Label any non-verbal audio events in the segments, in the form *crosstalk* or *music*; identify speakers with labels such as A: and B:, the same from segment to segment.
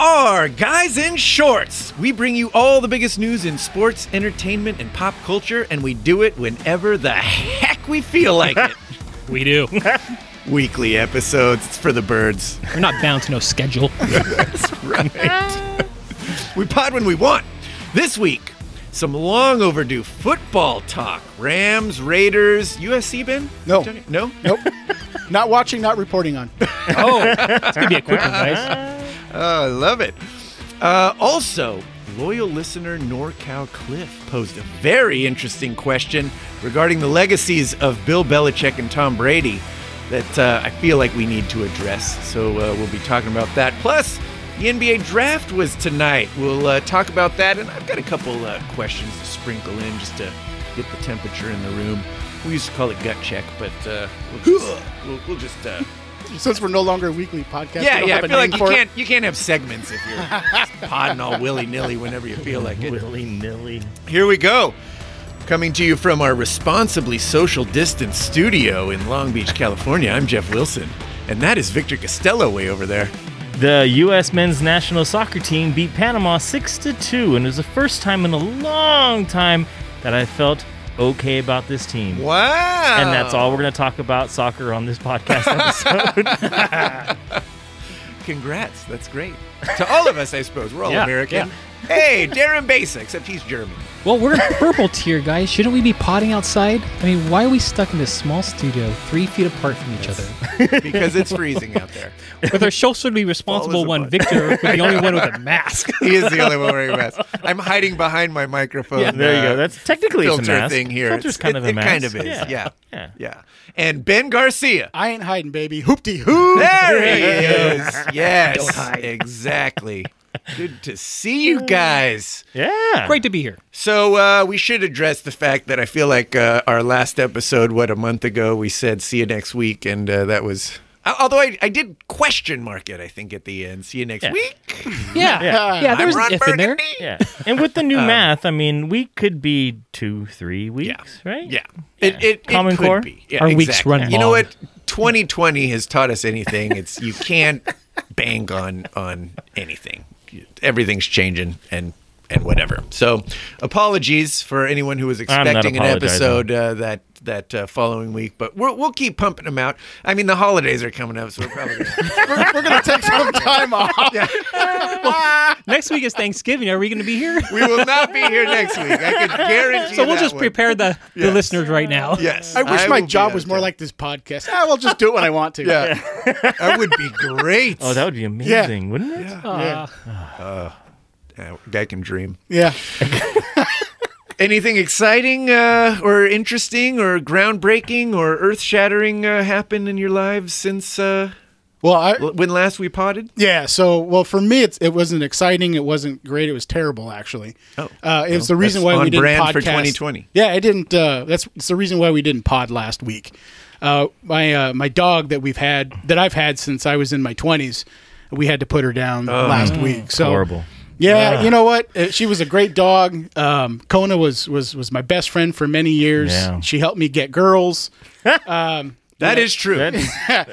A: are Guys in Shorts. We bring you all the biggest news in sports, entertainment, and pop culture, and we do it whenever the heck we feel like it.
B: We *laughs* do.
A: *laughs* Weekly episodes. It's for the birds.
B: We're not bound to no *laughs* schedule.
A: right. we pod when we want. This week, some long overdue football talk. Rams, Raiders, USC, Ben?
C: No.
A: No?
C: Nope. not watching, not reporting on.
B: Oh, it's gonna be a quick
A: *laughs*
B: one, guys.
A: Oh, I love it. Uh, also, loyal listener NorCal Cliff posed a very interesting question regarding the legacies of Bill Belichick and Tom Brady that uh, I feel like we need to address. So uh, we'll be talking about that. Plus, the NBA draft was tonight. We'll uh, talk about that, and I've got a couple uh, questions to sprinkle in just to get the temperature in the room. We used to call it gut check, but uh, we'll just, we'll, we'll just uh,
C: Since we're no longer a weekly podcast, we
A: yeah,
C: don't
A: yeah. I
C: have a
A: feel like
C: name
A: you
C: for it.
A: can't you can't have segments if you're just podding all willy nilly whenever you feel like it.
D: Willy nilly.
A: Here we go. Coming to you from our responsibly social distance studio in Long Beach, California. I'm Jeff Wilson, and that is Victor Costello way over there.
D: The U.S. men's national soccer team beat Panama 6 to 2, and it was the first time in a long time that I felt okay about this team.
A: Wow.
D: And that's all we're going to talk about soccer on
A: *laughs*
D: this podcast episode.
A: Congrats. That's great. To all of us, I suppose. We're all
D: Yeah,
A: American. Hey, Darren Basa, except he's German.
B: Well, we're in purple tier, guys. Shouldn't we be potting outside? I mean, why are we stuck in this small studio, three feet apart from each other,
A: Because it's freezing out there.
B: *laughs* with our socially
A: Fall
B: responsible
A: is a
B: one, Victor, with the only one
A: *laughs*
B: with a mask?
A: He is the only one wearing a mask. I'm hiding behind my microphone.
D: there you
A: uh,
D: go. That's technically it's
A: filter
D: a mask.
A: thing here. It's-
D: Filter's kind
A: it,
D: of a
A: it
D: mask.
A: kind of is. Yeah. Yeah.
D: Yeah.
A: And Ben Garcia.
C: I ain't hiding, baby. Hoopty hoo.
A: There he is. Yes.
D: *laughs*
A: Exactly. Good to see you guys.
D: Yeah.
B: Great to be here.
A: So uh, we should address the fact that I feel like uh, our last episode, what a month ago, we said see you next week, and uh, that was. al- Although I, I did question mark it, I think at the end. See you next
D: Yeah.
A: week.
B: Yeah, yeah. there
A: I'm
B: was an
A: Ron
B: if in there.
A: Burgundy.
D: Yeah. And with the
A: *laughs*
D: new
A: Um,
D: math, I mean, we could be two, three weeks, right?
A: Yeah. It, it, it
D: Common
A: could
D: core?
A: be. Yeah,
B: Our weeks run
A: You know
B: long.
A: what? 2020 has taught us anything. It's you can't bang on on anything. Everything's changing and and whatever. So, apologies for anyone who was
D: not
A: expecting an
D: apologizing.
A: episode uh, that that uh, following week, but we'll we'll keep pumping them out. I mean, the holidays are coming up, so we're probably
C: *laughs*
A: gonna,
C: We're, we're gonna
A: *laughs*
C: take some time off.
B: Next week is Thanksgiving. Are we going to be here?
A: we will not be here next week. I
C: *laughs*
A: can guarantee.
B: So we'll
A: that
B: just
A: one.
B: prepare the, the
A: Yes.
B: listeners right now.
A: Yes,
C: I wish
A: will
C: my
A: be out
C: job
A: of
C: was more
A: town.
C: like this podcast. I will just do it when I want to.
A: Yeah, *laughs* that would be great.
D: Oh, that would be amazing, wouldn't it?
B: Uh,
A: Yeah, I can dream.
C: Yeah.
A: Anything exciting uh, or interesting or groundbreaking or earth shattering uh, happened in your lives since uh,
C: Well, I,
A: l- when last we potted?
C: Yeah. So, well, for me, it's, it wasn't exciting. It wasn't great. It was terrible, actually.
A: Oh.
C: uh, it was the reason
A: that's
C: why
A: on
C: we didn't
A: brand
C: podcast.
A: for 2020.
C: Yeah, I didn't. Uh, that's it's the reason why we didn't pod last week. Uh, my uh, my dog that we've had that I've had since I was in my twenties, we had to put her down
A: Oh.
C: last week. So
D: Mm. Horrible.
C: Yeah, you know what? Uh, She was a great dog. Um, Kona was was was my best friend for many years.
D: Yeah.
C: She helped me get girls.
A: That is true.
D: That's,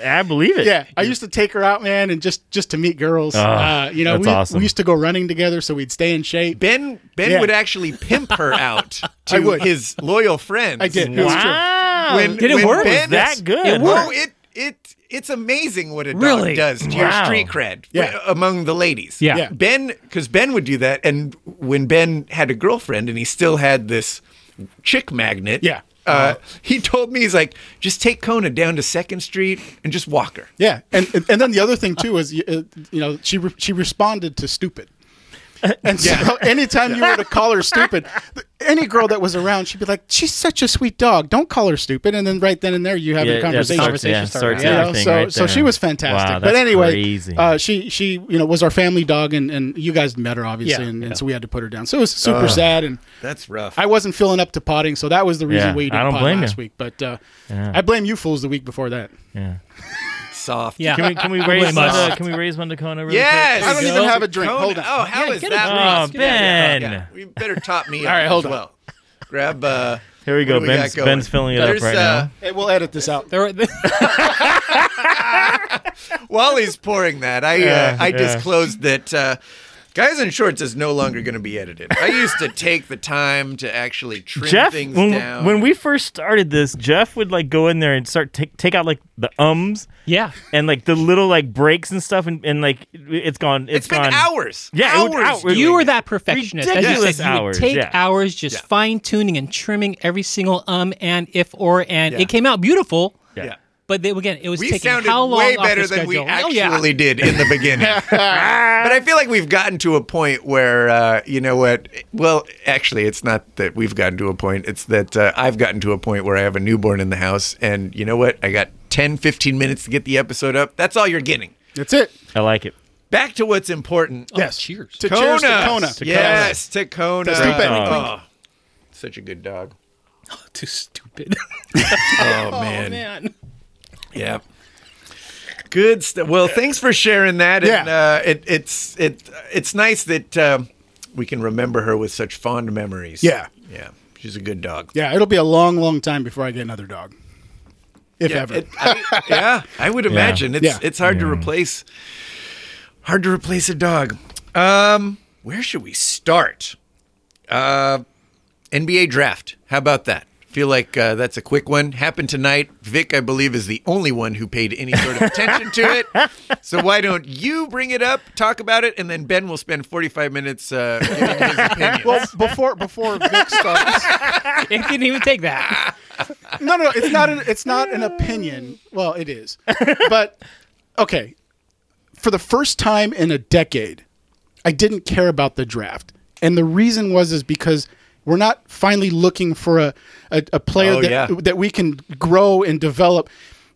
D: I believe it.
C: Yeah, I used to take her out, man, and just just to meet girls.
D: Ah,
C: uh, you know,
D: that's
C: we,
D: awesome.
C: we used to go running together, so we'd stay in shape.
A: ben Ben
C: Yeah.
A: would actually pimp her out to
C: *laughs* I would.
A: his loyal friends.
C: I did. It was true.
D: Wow.
A: When-
D: Did it
A: when
D: work?
A: Ben-
D: Was that good?
B: It worked.
A: Oh, it it it's amazing what a dog
B: Really?
A: does to your
D: Wow.
A: street cred
C: Yeah.
A: w- among the ladies.
B: Yeah. Yeah.
A: Ben, because Ben would do that, and when Ben had a girlfriend and he still had this chick magnet.
C: Yeah.
A: Uh, he told me he's like, just take Kona down to Second Street and just walk her.
C: Yeah, and and, and then the other thing too is, you- uh, you know, she re- she responded to stupid. And so, *laughs* anytime you were to call her stupid, th- any girl that was around, she'd be like, "She's such a sweet dog. Don't call her stupid." And then right then and there, you have
D: Yeah,
C: a
D: yeah,
C: conversation.
D: starts- yeah, starts
C: You know,
D: everything
C: so
D: right
C: so she
D: there.
C: was fantastic.
D: Wow,
C: but
D: that's
C: anyway,
D: crazy.
C: uh, she she you know was our family dog, and, and you guys met her obviously,
B: Yeah.
C: and, and so we had to put her down. So it was super sad, and
A: That's rough.
C: I wasn't feeling up to potting, so that was the reason
D: Yeah,
C: we
D: I
C: didn't
D: don't
C: pot
D: blame
C: last
D: you.
C: week. But uh,
D: Yeah.
C: I blame you fools the week before that.
D: Yeah.
A: Soft.
B: yeah.
D: Can we can we *laughs*
B: Way
D: raise
B: much.
D: one to, can we raise one to Kona really
A: Yes.
C: I don't even have a drink.
A: Kona.
C: Hold on.
A: Oh, how
B: Yeah,
A: is
B: get a
A: that
B: drink.
A: rough?
D: Oh,
B: Yes,
D: Ben.
A: Yeah, we better top me.
C: All right,
A: up as
C: hold on.
A: well. Grab. Uh,
D: Here we go.
A: what do got
D: Ben's,
A: going?
D: Ben's filling it
A: There's,
D: up right
A: uh,
D: now.
C: Hey, we'll edit this out.
B: There were-
A: While he's pouring that, I
D: Yeah,
A: uh, I
D: yeah.
A: disclosed that uh, Guys in Shorts is no longer going to be edited. I used to take the time to actually trim
D: Jeff,
A: things
D: when,
A: down.
D: when we first started this, Jeff would like go in there and start take take out like the ums
B: *laughs* Yeah.
D: and like the little like breaks and stuff, and, and like it's gone.
A: it's been
D: gone.
A: hours.
D: Yeah, it
A: hours.
D: would- hours.
A: doing
B: You were
A: it.
B: that perfectionist. As you
D: Ridiculous
B: said, you
D: hours,
B: would take
D: yeah.
B: hours just
A: Yeah.
B: fine tuning and trimming every single um and if or and
A: Yeah.
B: it came out beautiful.
A: Yeah.
B: But then again, it was
A: We
B: taking
A: sounded
B: how long
A: way
B: off
A: better
B: the
A: than we
B: schedule? Oh,
A: actually
B: yeah.
A: did in the
B: *laughs*
A: beginning. but I feel like we've gotten to a point where, uh, you know what? Well, actually, it's not that we've gotten to a point. It's that uh, I've gotten to a point where I have a newborn in the house. And you know what? I got 10, 15 minutes to get the episode up. That's all you're getting.
C: That's it.
D: I like it.
A: Back to what's important.
B: Oh, cheers.
C: To cheers to Kona.
A: Yes, to Kona.
C: Stupid.
A: Oh, such a good
C: *laughs*
A: dog.
B: Too stupid.
A: *laughs* Oh, man. Yeah. Good stuff. Well, thanks for sharing that. And,
C: Yeah.
A: uh, it, it's it it's nice that um, we can remember her with such fond memories.
C: Yeah.
A: Yeah. She's a good dog.
C: Yeah, it'll be a long, long time before I get another dog, if ever.
A: It-
C: *laughs*
A: I, yeah, I would imagine it's
C: Yeah.
A: it's hard to replace hard to replace a dog. Um, where should we start? Uh, NBA draft. How about that? Feel like uh, that's a quick one. Happened tonight. Vic, I believe, is the only one who paid any sort of attention to
C: *laughs*
A: it. So why don't you bring it up, talk about it, and then Ben will spend forty-five minutes uh, giving his opinion.
C: well, before before Vic
B: *laughs*
C: starts,
B: it didn't even take
A: *laughs*
B: that.
C: no, no, it's not. An, it's not an opinion. Well, it is, but okay. For the first time in a decade, I didn't care about the draft, and the reason was is because we're not finally looking for a a, a player
A: Oh,
C: that
A: yeah.
C: that we can grow and develop.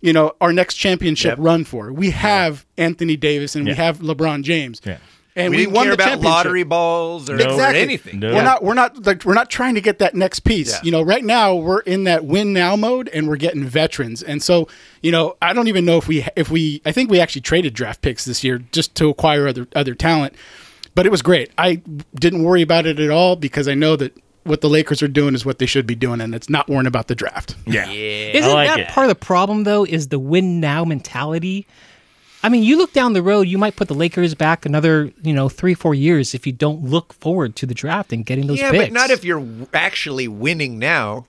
C: You know, our next championship
A: Yep.
C: run for. We have Anthony Davis and we
D: Yeah.
C: have LeBron James.
D: Yeah.
C: *laughs* And
A: we
C: we,
A: didn't
C: won
A: care
C: the
A: about
C: championship.
A: lottery balls or, or
C: Exactly.
A: anything.
D: No.
C: We're not we're not like we're not trying to get that next piece.
A: Yeah.
C: You know, right now we're in that win now mode and we're getting veterans. And so, you know, I don't even know if we if we I think we actually traded draft picks this year just to acquire other other talent. But it was great. I didn't worry about it at all because I know that what the Lakers are doing is what they should be doing and it's not worrying about the draft.
D: Yeah.
B: Isn't
D: I like
B: that
D: it.
B: part of the problem though? Is the win now mentality? I mean, you look down the road, you might put the Lakers back another, you know, three, four years if you don't look forward to the draft and getting those
A: Yeah,
B: picks.
A: but not if you're w- actually winning now.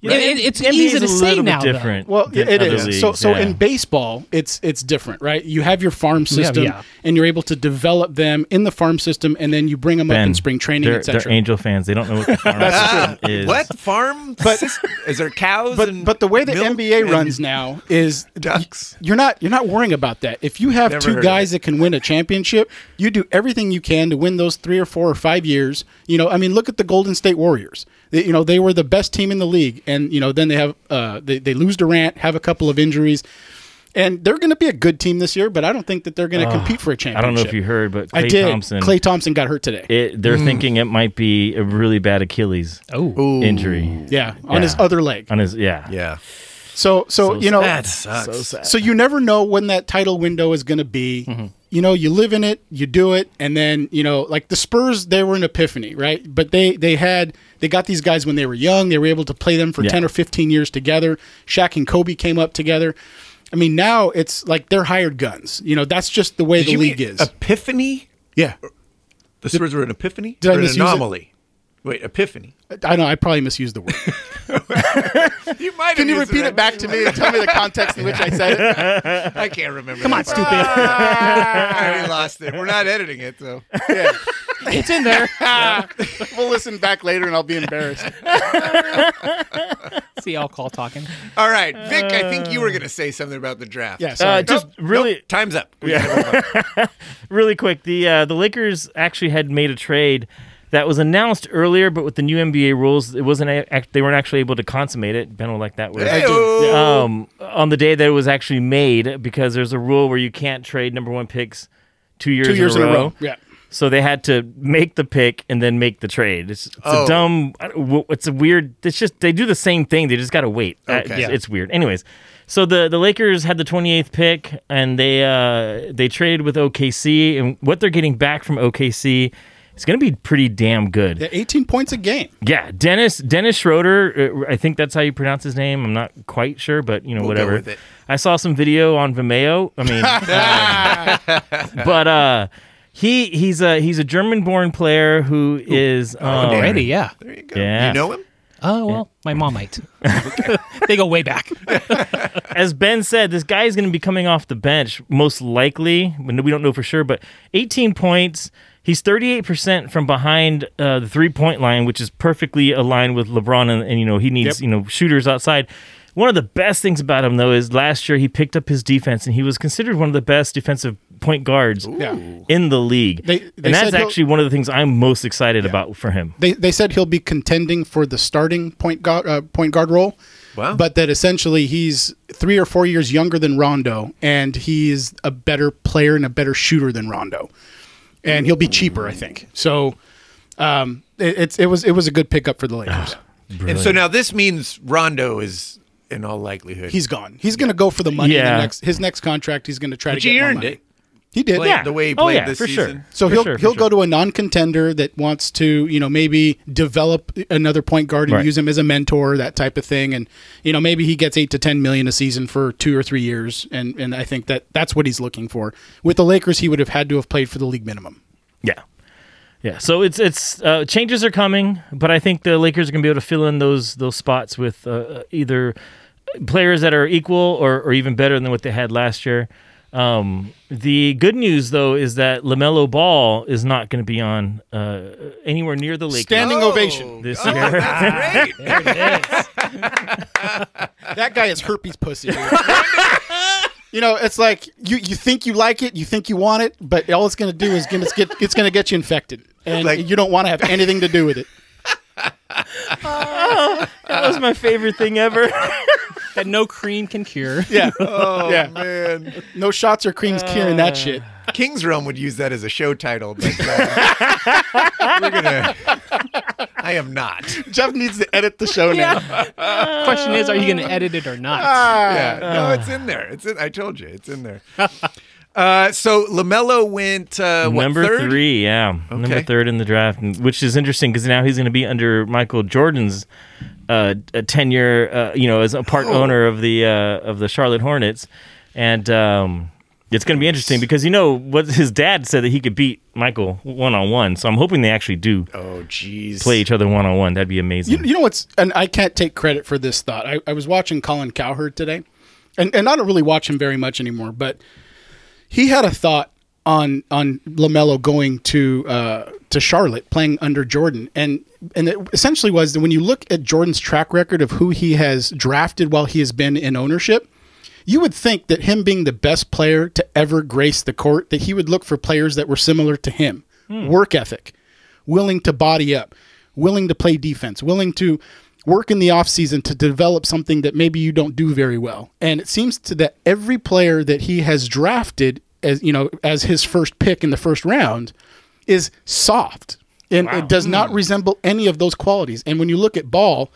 D: You know,
B: It- it's
D: NBA is
B: easy to
D: a
B: say
D: little bit
B: now, though.
D: Different
C: Well,
D: than
C: it
D: other
C: is.
D: leagues,
C: so, so
D: yeah.
C: in baseball, it's it's different, right? You have your farm system,
B: yeah.
C: and you're able to develop them in the farm system, and then you bring them up
D: Ben,
C: in spring training,
D: they're,
C: et cetera.
D: they're angel fans. They don't know what
C: *laughs*
D: the farm system is.
A: Uh, What farm? sys- is there cows?
C: but
A: and
C: but the way the
A: milk
C: NBA
A: and-
C: runs now is
A: *laughs* Ducks.
C: You're not you're not worrying about that. If you have
A: Never heard
C: two
A: of
C: guys that can win a championship, you do everything you can to win those three or four or five years. You know, I mean, look at the Golden State Warriors. They, you know, they were the best team in the league, and you know, then they have uh, they they lose Durant, have a couple of injuries, and they're going to be a good team this year. But I don't think that they're going to compete for a
D: I
C: championship.
D: don't know if you heard, but Clay
C: I did.
D: Thompson.
C: Clay Thompson got hurt today.
D: it, they're thinking it might be a really bad Achilles
B: oh,
D: injury
C: yeah, on his
D: Yeah.
C: other leg.
D: on his. Yeah.
A: Yeah,
C: So so, you know
A: that sucks.
C: Oh, So you never know when that title window is going to be. You know, you live in it, you do it, and then you know, like the Spurs, they were an epiphany, right? But they they had they got these guys when they were young. They were able to play them for
D: Yeah.
C: ten or fifteen years together. Shaq and Kobe came up together. I mean, now it's like they're hired guns. You know, that's just the way
A: Did
C: the
A: you
C: league
A: mean
C: is.
A: epiphany?
C: yeah,
A: The Spurs were an epiphany.
C: Did I
A: Or an
C: misuse it?
A: anomaly? Wait,
C: *laughs*
A: epiphany.
C: I know. I probably misused the word.
A: You might.
C: *laughs* Can you repeat it back to me and tell me the context in which I said it?
A: I can't remember.
B: come
A: *laughs*
B: on, stupid!
A: I already lost it. We're not editing it though.
C: Yeah.
B: it's in there.
C: *laughs* We'll listen back later, and I'll be embarrassed.
B: See, I'll call talking.
A: All right, Vic. I think you were going to say something about the draft.
C: *laughs* Yeah, sorry.
D: Uh, just
A: Nope,
D: really,
A: nope, time's up.
C: *laughs*
A: Yeah.
D: really quick. The uh, the Lakers actually had made a trade that was announced earlier, but with the new NBA rules, it wasn't. A, act- they weren't actually able to consummate it. Ben will like that word. um, on the day that it was actually made because there's a rule where you can't trade number one picks two years,
C: Two years in a row. Yeah.
D: So they had to make the pick and then make the trade. It's, it's
A: Oh.
D: a dumb. I don't- w- It's a weird. It's just they do the same thing. They just got to wait. Uh,
A: Okay.
D: it's, it's weird. Anyways, so the the Lakers had the 28th pick and they uh, they traded with OKC and what they're getting back from OKC is going to be pretty damn good.
C: Yeah, 18 points a game.
D: Yeah, Dennis Dennis Schroeder. uh, I think that's how you pronounce his name. I'm not quite sure, but you know
A: We'll go
D: whatever.
A: with it.
D: I saw some video on Vimeo.
A: *laughs*
D: I mean, um, but uh, he he's a he's a German-born player who is
A: Oh,
D: um,
B: Already, yeah.
A: There you go.
D: Yeah.
A: You know him?
B: Oh well, my mom might. *laughs* they go way back.
D: as Ben said, this guy is going to be coming off the bench most likely. We we don't know for sure, but 18 points. He's 38% from behind uh, the three-point line, which is perfectly aligned with LeBron, and, and you know he needs you know shooters outside. One of the best things about him though is last year he picked up his defense, and he was considered one of the best defensive point guards
C: Yeah.
D: in the league.
C: They- they
D: and
C: said
D: that's
C: he'll-
D: actually one of the things I'm most excited about for him.
C: They, they said he'll be contending for the starting point guard uh, point guard role.
A: Wow.
C: But that essentially he's three or four years younger than Rondo, and he's a better player and a better shooter than Rondo, and he'll be cheaper, I think. So, um, it, it's it was it was a good pickup for the Lakers.
A: Ah. And so now this means Rondo is in all likelihood.
C: he's gone. He's going to go for the money. in
D: Yeah.
C: the next, his next contract, he's going to try
A: But
C: to get
A: he
C: more
A: earned
C: money.
A: it.
C: He did.
A: Played the way he
D: Oh,
A: played
D: yeah,
A: this
D: for sure.
A: season.
C: So
D: For
C: he'll
D: sure, for
C: he'll
D: sure.
C: go to a non-contender that wants to you know maybe develop another point guard and
D: Right.
C: use him as a mentor that type of thing and you know maybe he gets eight to ten million a season for two or three years and and I think that that's what he's looking for with the Lakers he would have had to have played for the league minimum
D: Yeah. Yeah. So it's it's uh, changes are coming, but I think the Lakers are going to be able to fill in those those spots with uh, either players that are equal or, or even better than what they had last year. Um, the good news though is that Lamelo Ball is not going to be on uh, anywhere near the Lakers
C: standing
A: Oh! *laughs*
C: ovation
D: this year. *laughs*
C: that guy is herpes pussy. *laughs* You know, it's like you, you think you like it, you think you want it, but all it's going to do is gonna get it's going to get you infected, and
A: Like-
C: you don't want to have anything to do with it.
D: that was my favorite thing ever.
B: that no cream can cure.
C: Yeah,
A: Oh
C: Yeah.
A: man,
C: no shots or creams curing that shit.
A: King's Realm would use that as a show title, but uh, we're
C: *laughs*
A: gonna. I am not.
C: Jeff needs to edit the show now.
B: Question is, are you going to edit it or not?
D: Ah,
C: Uh,
A: Yeah, no, it's in there. It's in. I told you, it's in there. *laughs* Uh, so Lamelo went uh, what,
D: Number
A: third?
D: three, yeah, number
A: Okay.
D: third in the draft, and- which is interesting because now he's going to be under Michael Jordan's uh, a tenure, uh, you know, as a part
A: Oh.
D: owner of the uh, of the Charlotte Hornets, and um, it's going to be interesting because you know what his dad said that he could beat Michael one on one. So I'm hoping they actually do
A: Oh, jeez.
D: play each other one on one. That'd be amazing.
C: You, you know what's, and I can't take credit for this thought. I, I was watching Colin Cowherd today, and, and I don't really watch him very much anymore, but he had a thought on on Lamelo going to uh, to Charlotte, playing under Jordan, and and it essentially was that when you look at Jordan's track record of who he has drafted while he has been in ownership. You would think that him being the best player to ever grace the court, that he would look for players that were similar to him, work ethic, willing to body up, willing to play defense, willing to work in the offseason to develop something that maybe you don't do very well. And it seems to that every player that he has drafted as you know as his first pick in the first round is soft and it does not resemble any of those qualities. And when you look at Ball,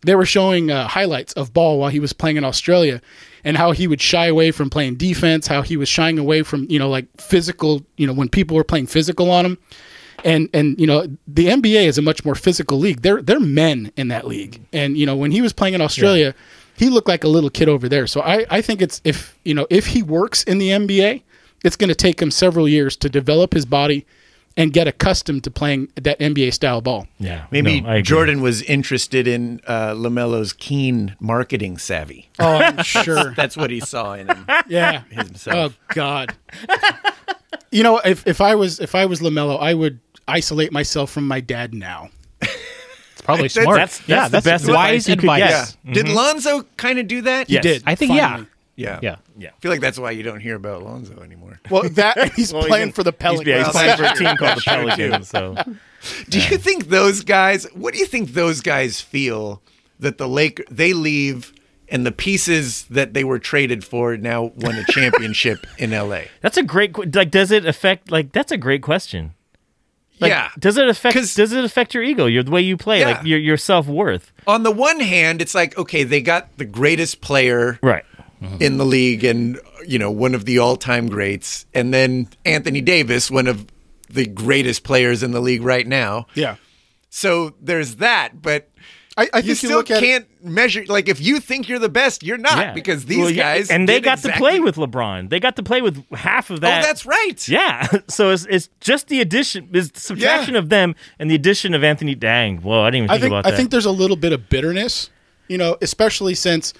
C: they were showing uh, highlights of Ball while he was playing in Australia and how he would shy away from playing defense, how he was shying away from, you know, like physical, you know, when people were playing physical on him and and you know the NBA is a much more physical league. They're they're men in that league, and you know when he was playing in Australia, he looked like a little kid over there. So I I think it's if you know if he works in the NBA, it's going to take him several years to develop his body and get accustomed to playing that NBA style ball.
D: yeah,
A: Maybe
D: no, I agree.
A: Jordan was interested in uh, Lamelo's keen marketing savvy.
C: Oh, I'm
D: *laughs*
C: sure.
A: That's what he saw in him.
C: yeah.
A: himself.
C: *laughs* Oh God. you know, if if I was if I was Lamelo, I would isolate myself from my dad now.
B: It's probably smart.
D: that's- that's the best advice
B: wise
D: you could
B: advice.
A: Yeah.
D: get.
A: Did Lonzo kind of do that?
D: Yes.
C: did.
B: I think
C: Finally.
A: Yeah.
B: yeah,
D: Mm-hmm. Yeah.
A: I feel like that's why you don't hear about Lonzo anymore.
C: Well, that he's
D: *laughs* Well, he's
C: playing
D: in-
C: for the
D: he's-
C: Pelicans.
D: yeah, he's playing for
C: *laughs*
D: a team called the
A: Sure do.
D: Pelicans. So
A: Do you think those guys? What do you think those guys feel that the Lake they leave and the pieces that they were traded for now won a championship
D: *laughs*
A: in L.A.
D: that's a great. que- Like, does it affect? Like, that's a great question. Like,
A: yeah.
D: Does it affect?
A: 'Cause-
D: Does it affect your ego? Your the way you play,
A: Yeah.
D: like your your self worth.
A: On the one hand, it's like okay, they got the greatest player
D: Right.
A: in the league and you know one of the all-time greats, and then Anthony Davis, one of the greatest players in the league right now.
C: yeah.
A: So there's that, but
C: I, I think
A: you
C: you,
A: still
C: look at
A: can't measure. Like if you think you're the best, you're not
D: Yeah.
A: because these
D: Well, yeah,
A: guys
D: and they
A: did
D: got to
A: exactly-
D: play with LeBron. They got to play with half of that.
A: oh, that's right.
D: *laughs* yeah. So it's, it's just the addition, is the subtraction of them and the addition of Anthony. Dang, whoa! I didn't even
C: I
D: think,
C: think
D: about
C: I
D: that.
C: think there's a little bit of bitterness, you know, especially since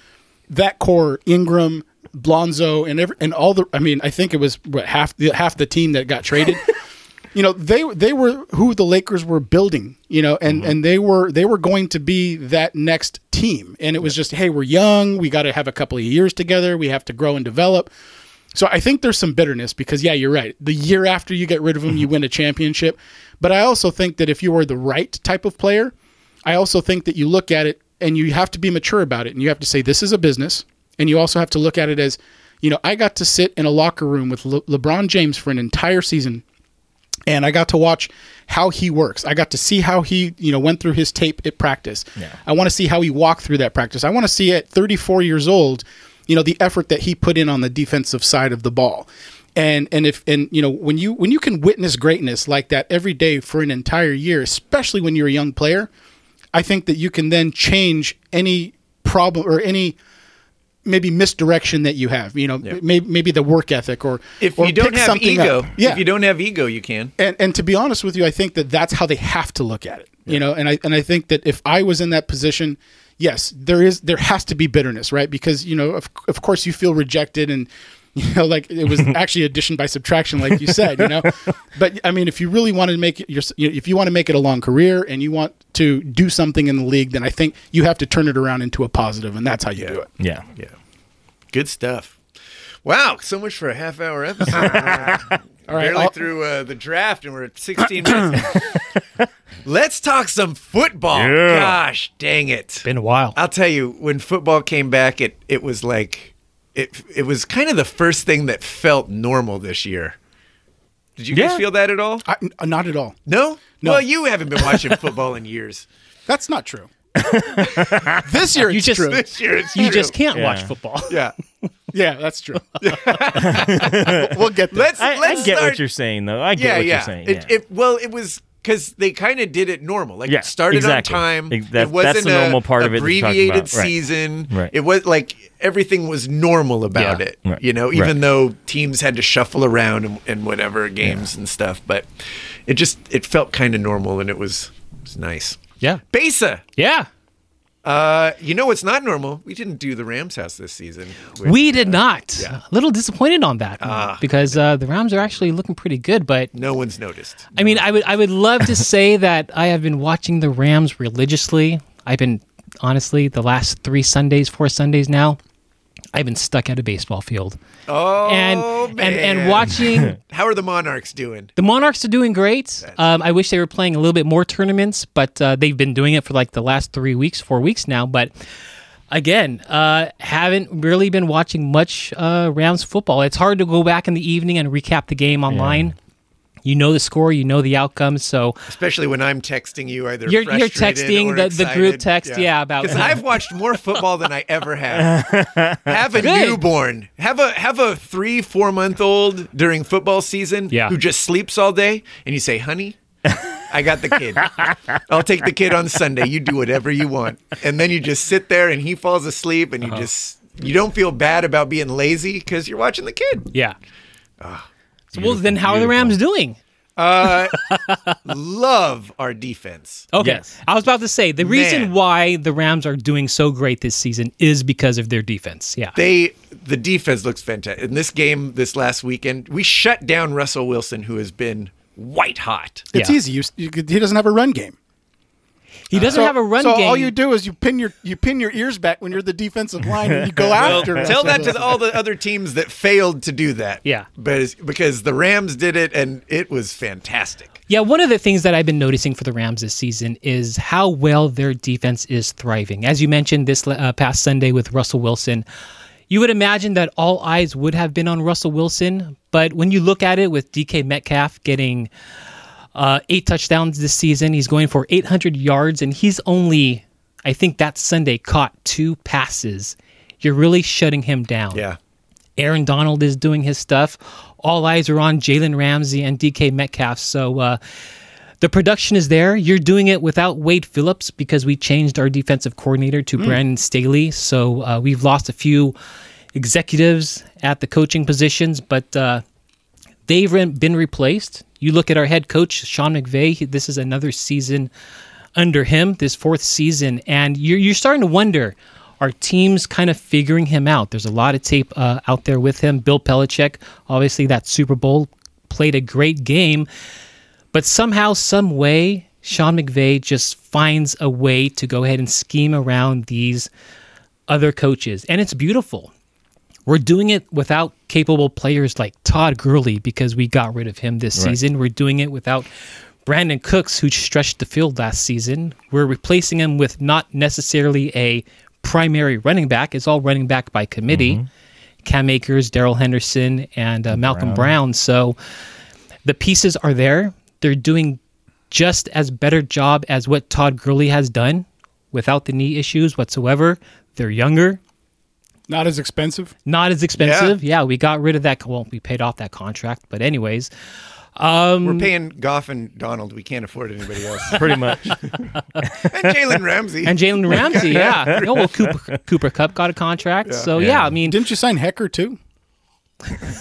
C: that core Ingram, Blonzo, and every, and all the. I mean, I think it was what half the half the team that got
D: *laughs*
C: traded. you know, they they were who the Lakers were building. You know, and
D: Mm-hmm.
C: and they were they were going to be that next team, and it was just hey, we're young, we got to have a couple of years together, we have to grow and develop. So I think there's some bitterness because yeah, you're right. The year after you get rid of him, you win a championship. But I also think that if you were the right type of player, I also think that you look at it and you have to be mature about it and you have to say this is a business and you also have to look at it as, you know, I got to sit in a locker room with Le- LeBron James for an entire season and I got to watch how he works. I got to see how he, you know, went through his tape at practice. I want to see how he walked through that practice. I want to see at 34 years old, you know, the effort that he put in on the defensive side of the ball. And and if and you know when you when you can witness greatness like that every day for an entire year, especially when you're a young player, I think that you can then change any problem or any maybe misdirection that you have. You know, maybe maybe the work ethic or
A: If
C: or
A: you don't
C: pick
A: have
C: something
A: ego,
C: up. yeah.
A: if you don't have ego, you can.
C: And and to be honest with you, I think that that's how they have to look at it. You know, and I and I think that if I was in that position, yes, there is there has to be bitterness, right? Because you know, of of course, you feel rejected and. *laughs* You know, like it *laughs* was actually addition by subtraction, like you said. *laughs* You know, but I mean, if you really want to make it your, you know, if you want to make it a long career and you want to do something in the league, then I think you have to turn it around into a positive, and that's how you do it.
D: yeah.
A: Yeah. Good stuff. Wow, so much for a half hour
C: *laughs*
A: episode. All right, barely
C: I'll-
A: through uh, the draft, and we're at 16
C: *clears throat*
A: minutes. Let's talk some football.
D: Yeah.
A: Gosh, dang it!
B: Been a while.
A: I'll tell you, when football came back, it it was like it it was kind of the first thing that felt normal this year. Did you guys
D: Yeah.
A: feel that at all?
C: I, n- not at all.
A: No?
C: No.
A: Well, you haven't been watching football in
D: *laughs*
A: years.
C: That's not true. this year,
B: You
C: it's
B: just-
C: true.
A: Sure, it's
B: you
A: true.
B: just can't
D: Yeah.
B: watch
D: *laughs*
B: football.
A: yeah.
C: Yeah, that's *laughs* true. we'll get there.
A: Let's
D: I, I
A: let's
D: get
A: start
D: what you're saying, though. I get
A: yeah,
D: what
A: yeah.
D: you're saying.
A: It, it well, it was because they kind of did it normal. Like
D: Yeah,
A: it started
D: exactly.
A: on time.
D: Ex- that-
A: it wasn't
D: that's the
A: a
D: normal part of it that you're talking
A: abbreviated
D: about. Right.
A: season.
D: Right.
A: It was like everything was normal about
B: Yeah.
A: it.
D: Right.
A: You know,
D: Right.
A: even though teams had to shuffle around and, and whatever games and stuff, but it just it felt kind of normal and it was it was nice.
B: Yeah.
A: Besa,
B: Yeah.
A: uh, you know what's not normal? We didn't do the Rams house this season. We're-
B: We did not. A little disappointed on that
D: Ah.
B: because uh, the Rams are actually looking pretty good. But
A: no one's noticed.
B: I mean, I would I would love to say that I have been watching the Rams religiously. I've been honestly the last three Sundays, four Sundays now. I've been stuck at a baseball field.
A: Oh
B: and
A: man.
B: and and
A: *laughs*
B: watching
A: How are the Monarchs doing?
B: the Monarchs are doing great. Um, I wish they were playing a little bit more tournaments, but uh, they've been doing it for like the last three weeks, four weeks now. But again, uh, haven't really been watching much uh, Rams football. It's hard to go back in the evening and recap the game online. You know the score, you know the outcome, so
A: especially when I'm texting you either
B: You're- you're
A: frustrated
B: texting
A: or
B: the- the group
A: excited.
B: text, yeah, about-
A: because I've watched more football than I ever have.
B: *laughs*
A: Have a
B: Good.
A: newborn, have a have a three four month old during football season,
B: Yeah.
A: who just sleeps all day, and you say, honey. I got the
B: *laughs*
A: kid. I'll take the kid on Sunday. You do whatever you want. And then you just sit there and he falls asleep and you
B: Uh-huh.
A: just you don't feel bad about being lazy cuz you're watching the kid.
B: yeah.
C: Ah,
B: so, well, then how are the Rams doing?
A: Love our defense.
B: Okay.
D: Yes.
B: I was about to say the
A: Man.
B: reason why the Rams are doing so great this season is because of their defense. Yeah.
A: they the defense looks fantastic in this game this last weekend we shut down russell wilson who has been white hot
C: It's
B: Yeah.
C: easy. You, you, could- he doesn't have a run game.
B: he doesn't have a run
C: so
B: game.
C: all you do is you pin your you pin your ears back when you're the defensive line and
A: *laughs*
C: you go after.
A: tell that to
C: the,
A: the, all the other teams that failed to do that
B: Yeah.
A: but it's- because the rams did it and it was fantastic
B: Yeah, one of the things that I've been noticing for the Rams this season is how well their defense is thriving. As you mentioned this uh, past Sunday with Russell Wilson, you would imagine that all eyes would have been on Russell Wilson, but when you look at it with DK Metcalf getting uh, eight touchdowns this season, he's going for 800 yards, and he's only, I think that Sunday, caught two passes. You're really shutting him down.
A: yeah
B: Aaron Donald is doing his stuff. All eyes are on Jalen Ramsey and DK Metcalf. So uh, The production is there. You're doing it without Wade Phillips because we changed our defensive coordinator to Brandon Staley. So uh, we've lost a few executives at the coaching positions, but uh, they've re- been replaced. You look at our head coach, Sean McVay, he- this is another season under him, this fourth season, and you're, you're starting to wonder are teams kind of figuring him out? There's a lot of tape uh, out there with him. Bill Belichick, obviously, that Super Bowl played a great game, but somehow, some way, Sean McVay just finds a way to go ahead and scheme around these other coaches. And it's beautiful. We're doing it without capable players like Todd Gurley because we got rid of him this season. We're doing it without Brandon Cooks, who stretched the field last season. We're replacing him with not necessarily a primary running back. It's all running back by committee. Cam Akers, Daryl Henderson, and uh, Malcolm Brown. So the pieces are there. They're doing just as better job as what Todd Gurley has done without the knee issues whatsoever. They're younger
C: Not as expensive.
B: not as expensive. Yeah. we got rid of that. Well, we paid off that contract, but anyways,
A: We're paying Goff and Donald. We can't afford anybody else. *laughs*
D: pretty much.
A: and Jalen Ramsey.
B: and Jalen *laughs* Ramsey, yeah, oh well, Cooper, Cooper Cup got a contract, so yeah, I mean,
C: Didn't you sign Hecker too?
A: he's,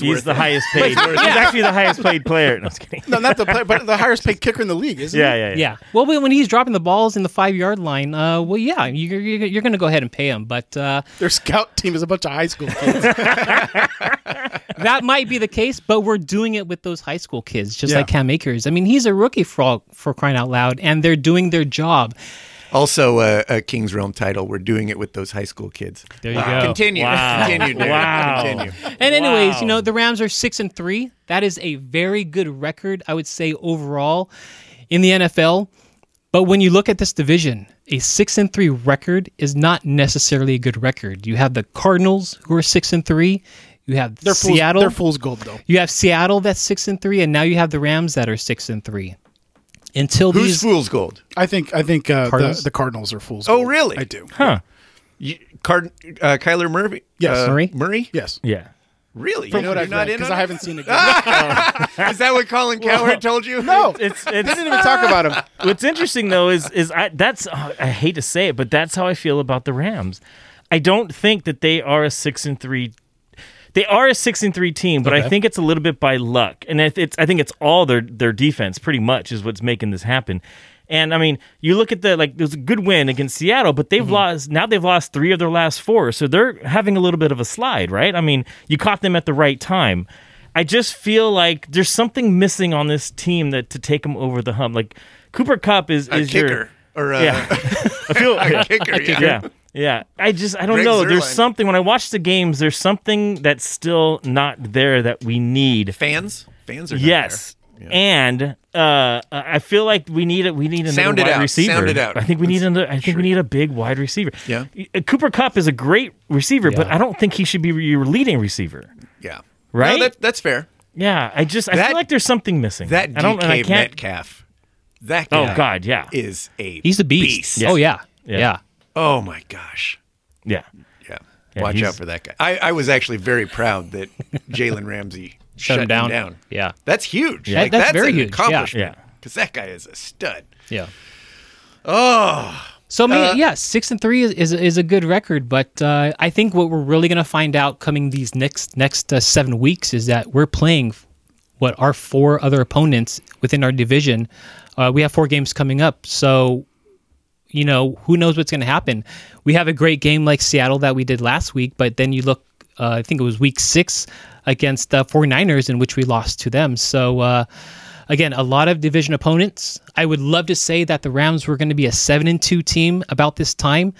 D: He's
A: worth
D: the
A: it.
D: highest paid. He's actually the highest paid
A: *laughs*
D: player. No, I was kidding.
C: No, not the player, but the highest paid kicker in the league, isn't
D: Yeah,
C: he?
D: yeah, yeah.
B: yeah. Well, when when he's dropping the balls in the five yard line, uh, well, yeah, you're you're, you're going to go ahead and pay him, but uh,
C: Their scout team is a bunch of high school kids.
B: that *laughs* might be the case. But we're doing it with those high school kids, just
C: Yeah.
B: like Cam Akers. I mean, he's a rookie for all, for crying out loud, and they're doing their job.
A: Also, uh, a King's Realm title. We're doing it with those high school kids.
B: There you go.
A: Continue.
D: Wow.
A: Continue. Derek.
D: Wow.
A: Continue.
B: And anyways, you
D: Wow.
B: know, the Rams are 6 and 3. That is a very good record, I would say overall in the NFL. But when you look at this division, a 6 and 3 record is not necessarily a good record. You have the Cardinals who are 6 and 3. You have
C: They're fools,
B: Seattle.
C: They're fool's gold, though.
B: you have Seattle that's 6 and 3 and now you have the Rams that are 6 and 3. Until
A: Who's
B: these
A: Fool's Gold?
C: I think I think uh, the,
B: Cardinals?
C: the Cardinals are fools.
A: Oh,
C: gold.
A: really?
C: I do.
D: Huh.
A: You, Card, uh, Kyler Murray?
C: Yes.
A: Uh,
B: Murray?
A: Murray? *laughs*
C: Yes.
D: Yeah.
A: Really?
C: From
A: You-
C: what
A: you're
C: I've
A: not
C: read,
A: in
C: because
A: on
C: I
A: it?
C: haven't
A: *laughs*
C: seen it. game.
A: Is that what
C: *laughs*
A: Colin Cowherd told you?
D: *laughs*
C: no, they
D: It's it's
C: didn't even talk about him.
D: What's interesting though is is I that's oh, I hate to say it, but that's how I feel about the Rams. I don't think that they are a six and three. They are a six and three team, but I think it's a little bit by luck, and it- it's I think it's all their their defense pretty much is what's making this happen. And I mean, you look at the like there's a good win against Seattle, but they've lost now they've lost three of their last four, so they're having a little bit of a slide, right? I mean, you caught them at the right time. I just feel like there's something missing on this team that to take them over the hump. Like Cooper Cup is
A: A
D: is your
A: kicker. Or a, *laughs*
D: *laughs* yeah. I feel
A: a
C: *laughs*
A: kicker, yeah.
D: yeah. Yeah, I just I don't
A: Greg
D: know. There's
A: Zuerlein.
D: something when I watch the games. There's something that's still not there that we
A: *laughs*
D: need.
A: Fans? Fans are not
D: Yes, and uh, I feel like we need a, we need another
A: Sound it
D: wide
A: out.
D: receiver.
A: Sound it out.
D: I think we need another. I think we need a big wide receiver.
A: Yeah.
D: Uh, Cooper Cup is a great receiver, but I don't think he should be your leading receiver.
A: there. Yeah.
D: Right?
A: No, that, that's fair.
D: Yeah, I just I
A: That-
D: feel like there's something missing.
A: That
D: I don't. and I
A: DK
D: can't.
A: Metcalf. That
D: Oh
A: guy
D: God, yeah,
A: is a
B: he's a beast.
D: Yes.
B: Oh yeah.
D: Yeah.
B: Yeah.
A: Oh my gosh.
D: yeah.
A: Yeah.
D: Yeah,
A: Watch
D: he's-
A: out for that guy. I, I was actually very proud that Jalen Ramsey shut,
B: Shut him down.
A: down.
B: Yeah.
A: That's huge. Like,
B: That- that's
A: that's,
B: very
A: an
B: huge. Yeah.
A: accomplishment.
D: Yeah.
A: Because that guy is a stud.
B: Yeah.
A: Oh,
B: So I mean, yeah, six and three is, is is a good record, but uh, I think what we're really going to find out coming these next next uh, seven weeks is that we're playing what are four other opponents within our division. Uh, we have four games coming up, so you know who knows what's going to happen. We have a great game like Seattle that we did last week, but then you look, uh, I think it was week six against the 49ers in which we lost to them. So. Uh, Again, a lot of division opponents. I would love to say that the Rams were going to be a 7 and 2 team about this time.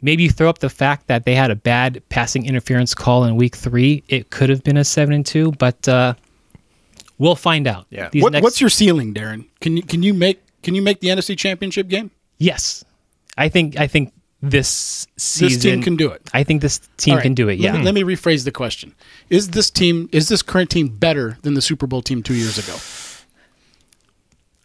B: Maybe you throw up the fact that they had a bad passing interference call in week 3. It could have been a 7 and 2, but uh we'll find out.
A: Yeah.
B: These
C: What,
B: next-
C: What's your ceiling, Darren? Can you can you make can you make the NFC Championship game?
B: Yes. I think I think this season
C: This team can do it.
B: I think this team
C: All right.
B: can do it. Yeah.
C: Let me, let me rephrase the question: Is this team is this current team better than the Super Bowl team two years ago?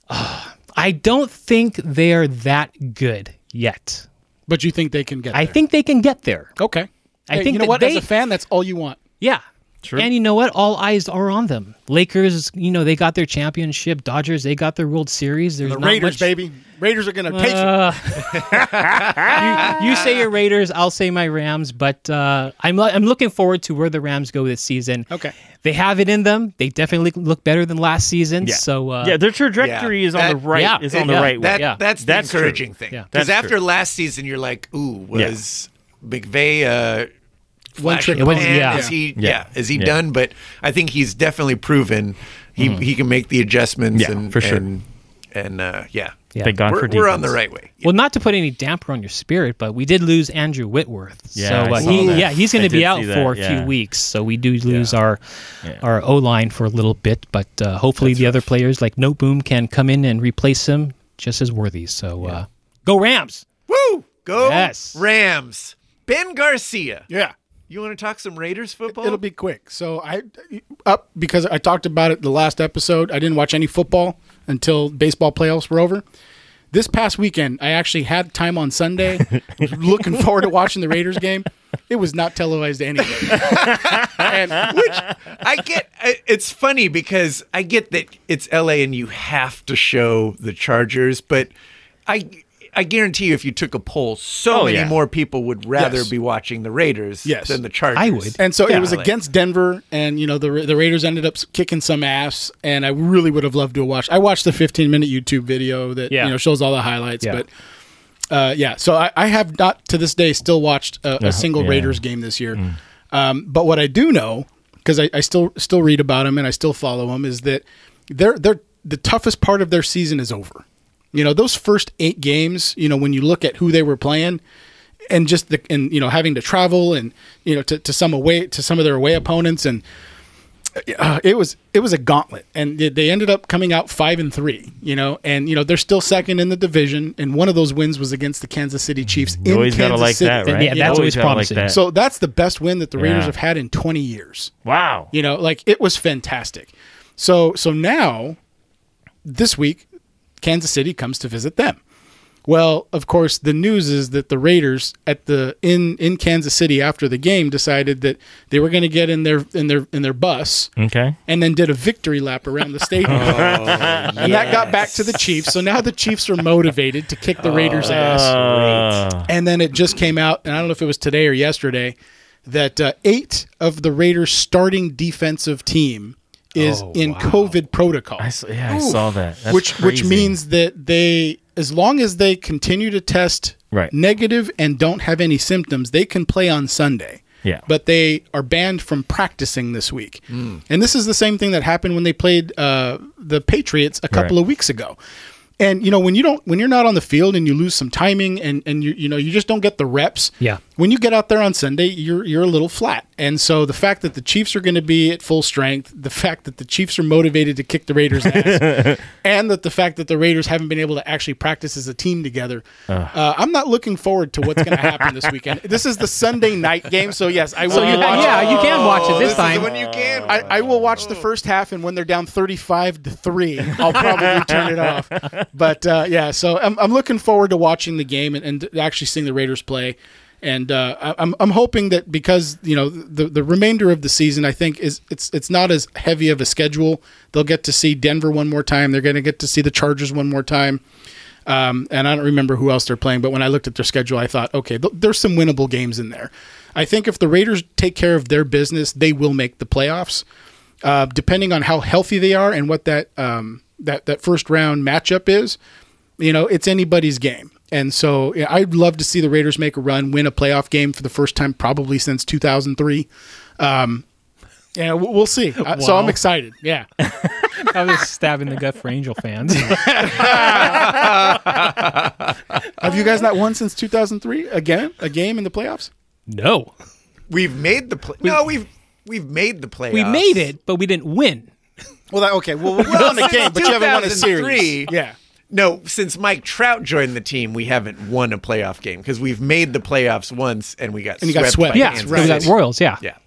B: I don't think they're that good yet.
C: But you think they can get?
B: I
C: there?
B: think they can get there.
C: okay.
B: I think
C: you know
B: that
C: what? As
B: they-
C: a fan, that's all you want.
B: Yeah.
D: Sure.
B: And you know what? All eyes are on them. Lakers, you know, they got their championship. Dodgers, they got their World Series. There's
C: The
B: not
C: Raiders,
B: much-
C: baby. Raiders are going to take it.
B: Uh, *laughs* you, you say your Raiders, I'll say my Rams, but uh, I'm lo- I'm looking forward to where the Rams go this season.
C: Okay.
B: they have it in them. They definitely look better than last season. So uh,
D: yeah, their trajectory
A: yeah.
D: is on the
A: That-
D: right.
B: yeah.
D: Is on the
B: Yeah.
D: right way.
A: That,
B: Yeah.
A: That's,
D: That's
A: the
D: true.
A: encouraging thing.
B: Yeah.
A: Because
D: That's
A: after
D: true.
A: last season, you're like, ooh,
D: Yeah.
A: was McVay uh,
C: One
A: flash
C: trick
A: in the
B: pony.
A: pan?
B: Yeah.
A: Is he, yeah.
D: Yeah.
A: Is he
D: Yeah. Mm.
A: done? But I think he's definitely proven he, he can make the adjustments.
D: Yeah,
A: and,
D: for sure.
A: And, and uh, yeah.
B: Yeah.
D: Thank God
A: We're,
D: for
A: we're on the
D: defense.
A: right way.
B: Well, not to put any damper on your spirit, but we did lose Andrew Whitworth.
D: Yeah,
B: so
D: I
B: uh,
D: saw
B: he,
D: that.
B: yeah, he's going
D: I
B: to be
D: did
B: out
D: see that,
B: for a
D: yeah.
B: few weeks. So we do lose our
D: Yeah.
B: our O line for a little bit, but uh, hopefully the other players like Note Boom can come in and replace him just as worthy. So uh, go Rams!
A: Woo! Go
B: Yes.
A: Rams. Ben Garcia.
C: Yeah.
A: You want to talk some Raiders football?
C: It'll be quick. So I up because I talked about it the last episode. I didn't watch any football until baseball playoffs were over. This past weekend, I actually had time on
B: *laughs*
C: Sunday. was looking forward to watching the Raiders game. It was not
B: *laughs*
C: televised anyway. and
A: Which I get. I- It's funny because I get that it's LA and you have to show the Chargers, but I I guarantee you, if you took a poll, so
D: Oh,
A: many
D: yeah.
A: more people would rather
C: Yes.
A: be watching the Raiders
C: Yes.
A: than the Chargers.
B: I would.
C: and so
A: Yeah,
C: it was
A: like-
C: against Denver, and you know the Ra- the Raiders ended up kicking some ass. And I really would have loved to have watched. I watched the 15 minute YouTube video that
B: Yeah.
C: you know shows all the highlights,
B: Yeah.
C: but. Uh, yeah, so I, I have not to this day still watched a, a single
D: yeah.
C: Raiders game this year. Um, but what I do know, because I, I still still read about them and I still follow them, is that they're they're the toughest part of their season is over. You know, those first eight games. You know, when you look at who they were playing, and just the and you know having to travel and you know to, to some away to some of their away opponents and uh, it was it was a gauntlet, and they- they ended up coming out five and three. You know, and you know they're still second in the division, and one of those wins was against the Kansas City Chiefs
D: You
C: in
D: always
C: Kansas
D: gotta like
C: City.
D: that, right?
B: Yeah,
D: You
B: that's always
D: gotta
B: promising.
D: Like that.
C: So that's the best win that the Raiders
D: Yeah.
C: have had in twenty years.
D: wow.
C: You know, like it was fantastic. So so now this week Kansas City comes to visit them. Well, of course, the news is that the Raiders at the in in Kansas City after the game decided that they were going to get in their in their in their bus
D: Okay.
C: and then did a victory lap around the stadium. and that got back to the Chiefs. So now the Chiefs are motivated to kick the Raiders' ass.
D: Uh,
C: And then it just came out, and I don't know if it was today or yesterday, that uh, eight of the Raiders' starting defensive team is in COVID protocol,
D: I saw, yeah, I saw that. That's
C: which which
D: crazy.
C: means that they, as long as they continue to test
D: Right.
C: negative and don't have any symptoms, they can play on Sunday.
D: Yeah.
C: But they are banned from practicing this week. And this is the same thing that happened when they played uh, the Patriots a couple
D: Right.
C: of weeks ago. And you know when you don't when you're not on the field and you lose some timing and and you you know you just don't get the reps.
B: Yeah.
C: When you get out there on Sunday, you're you're a little flat. And so the fact that the Chiefs are going to be at full strength, the fact that the Chiefs are motivated to kick the Raiders' ass, and that the fact that the Raiders haven't been able to actually practice as a team together, uh, I'm not looking forward to what's going to happen this weekend. This is the Sunday night game, so yes, I will.
B: you-
C: watch
B: yeah, you can watch it
A: Oh,
B: this
A: is
B: time.
A: the one you can.
C: I, I will watch the first half, and when they're down 35 to 3, I'll probably turn it off. But uh, yeah, so I'm, I'm looking forward to watching the game and, and actually seeing the Raiders play. And uh, I- I'm, I'm hoping that because you know the the remainder of the season, I think is it's it's not as heavy of a schedule. They'll get to see Denver one more time. They're going to get to see the Chargers one more time. Um, and I don't remember who else they're playing, but when I looked at their schedule, I thought, okay, th- there's some winnable games in there. I think if the Raiders take care of their business, they will make the playoffs. Uh, depending on how healthy they are and what that um, that that first round matchup is, you know, it's anybody's game. And so yeah, I'd love to see the Raiders make a run, win a playoff game for the first time probably since 2003. Um, yeah, w- we'll see. Uh, so
B: Wow.
C: I'm excited. Yeah.
B: *laughs* I was stabbing the gut for Angel fans.
C: Have you guys not won since 2003 again? A game in the playoffs?
B: *laughs* no,
A: We've made the play. No, we've we've made the playoffs.
B: we made it, but we didn't win.
C: Well, that, okay. Well, we
A: Well,
C: won a
A: since
C: game, but you haven't won a series.
A: 2003.
C: Yeah.
A: No, since Mike Trout joined the team, we haven't won a playoff game because we've made the playoffs once and we got
C: And you got
A: swept.
C: swept.
A: by
C: Yeah,
A: Kansas
B: It was
C: right.
B: at
A: City.
B: Royals. Yeah,
A: Yeah.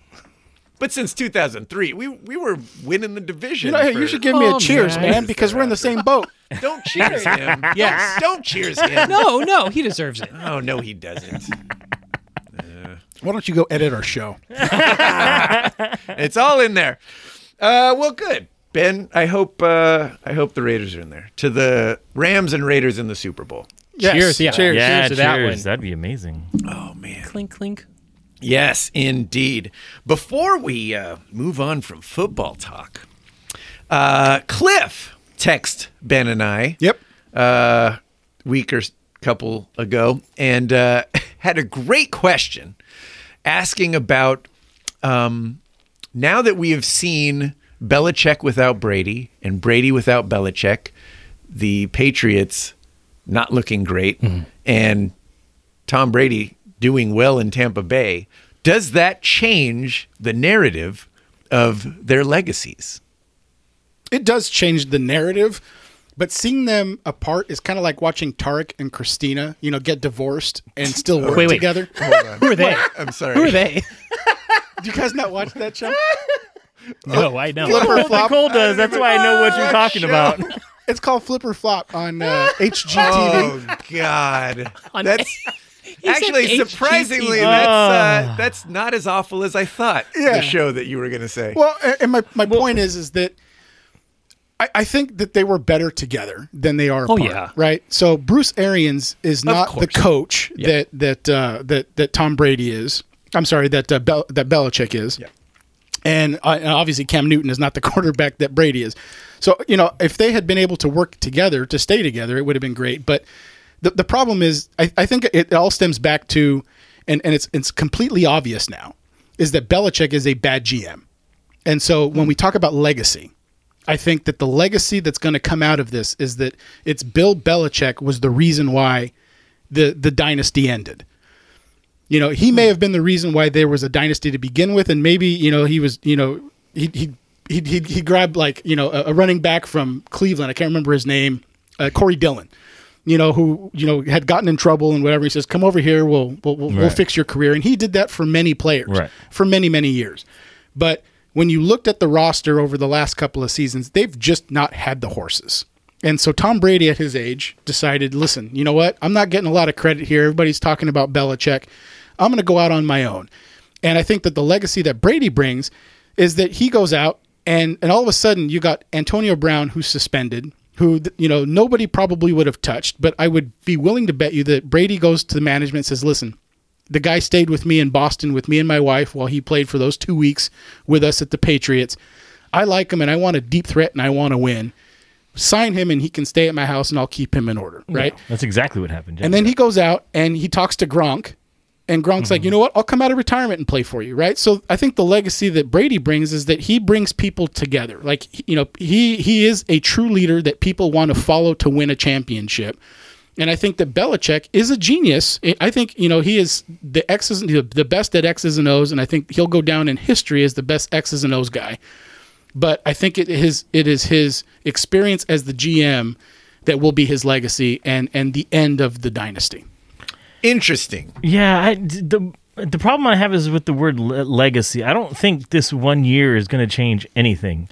A: But since 2003, we we were winning the division.
C: You know, hey,
A: for-
C: you should give me
B: Oh,
C: a cheers,
B: man.
C: man, because we're in the same boat.
A: Don't *laughs* cheers him.
B: Yes. Oh,
A: Don't cheers him.
B: *laughs* No, no, he deserves it.
A: Oh no, he doesn't.
C: *laughs* Why don't you go edit our show?
A: It's all in there. Uh, well, good, Ben. I hope uh, I hope the Raiders are in there. To the Rams and Raiders in the Super Bowl.
C: Yes.
B: Cheers, yeah.
C: Cheers.
D: yeah,
B: cheers to that one.
D: That'd be amazing.
A: Oh man.
B: Clink, clink.
A: Yes, indeed. Before we uh, move on from football talk, uh, Cliff text Ben and I.
C: Yep.
A: uh, week or s- couple ago and uh, *laughs* had a great question asking about um, now that we have seen Belichick without Brady and Brady without Belichick, the Patriots not looking great and Tom Brady doing well in Tampa Bay. Does that change the narrative of their legacies?
C: it does change the narrative but seeing them apart is kind of like watching Tarek and Christina, you know, get divorced and still work
B: Wait, wait.
C: *laughs* together.
B: Who are they?
A: I'm sorry.
B: Who are they?
C: Do you guys not watch that show?
B: no, Oh, I know.
C: Flipper
D: Well, Nicole does. That's why I know what you're talking about.
C: It's called Flipper Flop on *laughs* uh, HGTV.
A: Oh God,
B: On *laughs*
A: that's
B: said
A: actually
B: HGTV.
A: surprisingly
D: Ah.
A: that's uh, that's not as awful as I thought.
C: Yeah.
A: The show that you were gonna say.
C: Well, a- and my, my point is is that I, I think that they were better together than they are. Apart,
B: yeah.
C: right. So Bruce Arians is not the
B: course.
C: coach that that uh, that that Tom Brady is. I'm sorry that uh, Bel- that Belichick is. And, uh, and obviously Cam Newton is not the *laughs* quarterback that Brady is. So you know if they had been able to work together to stay together, it would have been great. But the the problem is, I, I think it all stems back to, and and it's it's completely obvious now, is that Belichick is a bad GM. And so when we talk about legacy, I think that the legacy that's going to come out of this is that it's Bill Belichick was the reason why the the dynasty ended. You know, he
D: Hmm.
C: may have been the reason why there was a dynasty to begin with, and maybe you know he was you know he he he he, he grabbed like you know a, a running back from Cleveland. I can't remember his name, uh, Corey Dillon. You know who you know had gotten in trouble and whatever. He says, "Come over here. We'll we'll, we'll, we'll
D: Right.
C: fix your career." And he did that for many players
D: Right.
C: for many many years. But when you looked at the roster over the last couple of seasons, they've just not had the horses. And so Tom Brady at his age decided, listen, you know what? I'm not getting a lot of credit here. Everybody's talking about Belichick. I'm going to go out on my own. And I think that the legacy that Brady brings is that he goes out and and all of a sudden you got Antonio Brown who's suspended, who th- you know nobody probably would have touched, but I would be willing to bet you that Brady goes to the management and says, "Listen, the guy stayed with me in Boston with me and my wife while he played for those two weeks with us at the Patriots. I like him and I want a deep threat and I want to win. Sign him and he can stay at my house and I'll keep him in order, right?"
D: That's exactly what happened.
C: And then he goes out and he talks to Gronk, and Gronk's like, you know what? I'll come out of retirement and play for you, right? So I think the legacy that Brady brings is that he brings people together. Like he- you know, he he is a true leader that people want to follow to win a championship. And I think that Belichick is a genius. I- I think you know he is the X's the the best at X's and O's, and I think he'll go down in history as the best X's and O's guy but I think it is it is his experience as the GM that will be his legacy and and the end of the dynasty.
A: Interesting.
D: Yeah, I, the the problem I have is with the word le- legacy. I don't think this one year is going to change anything.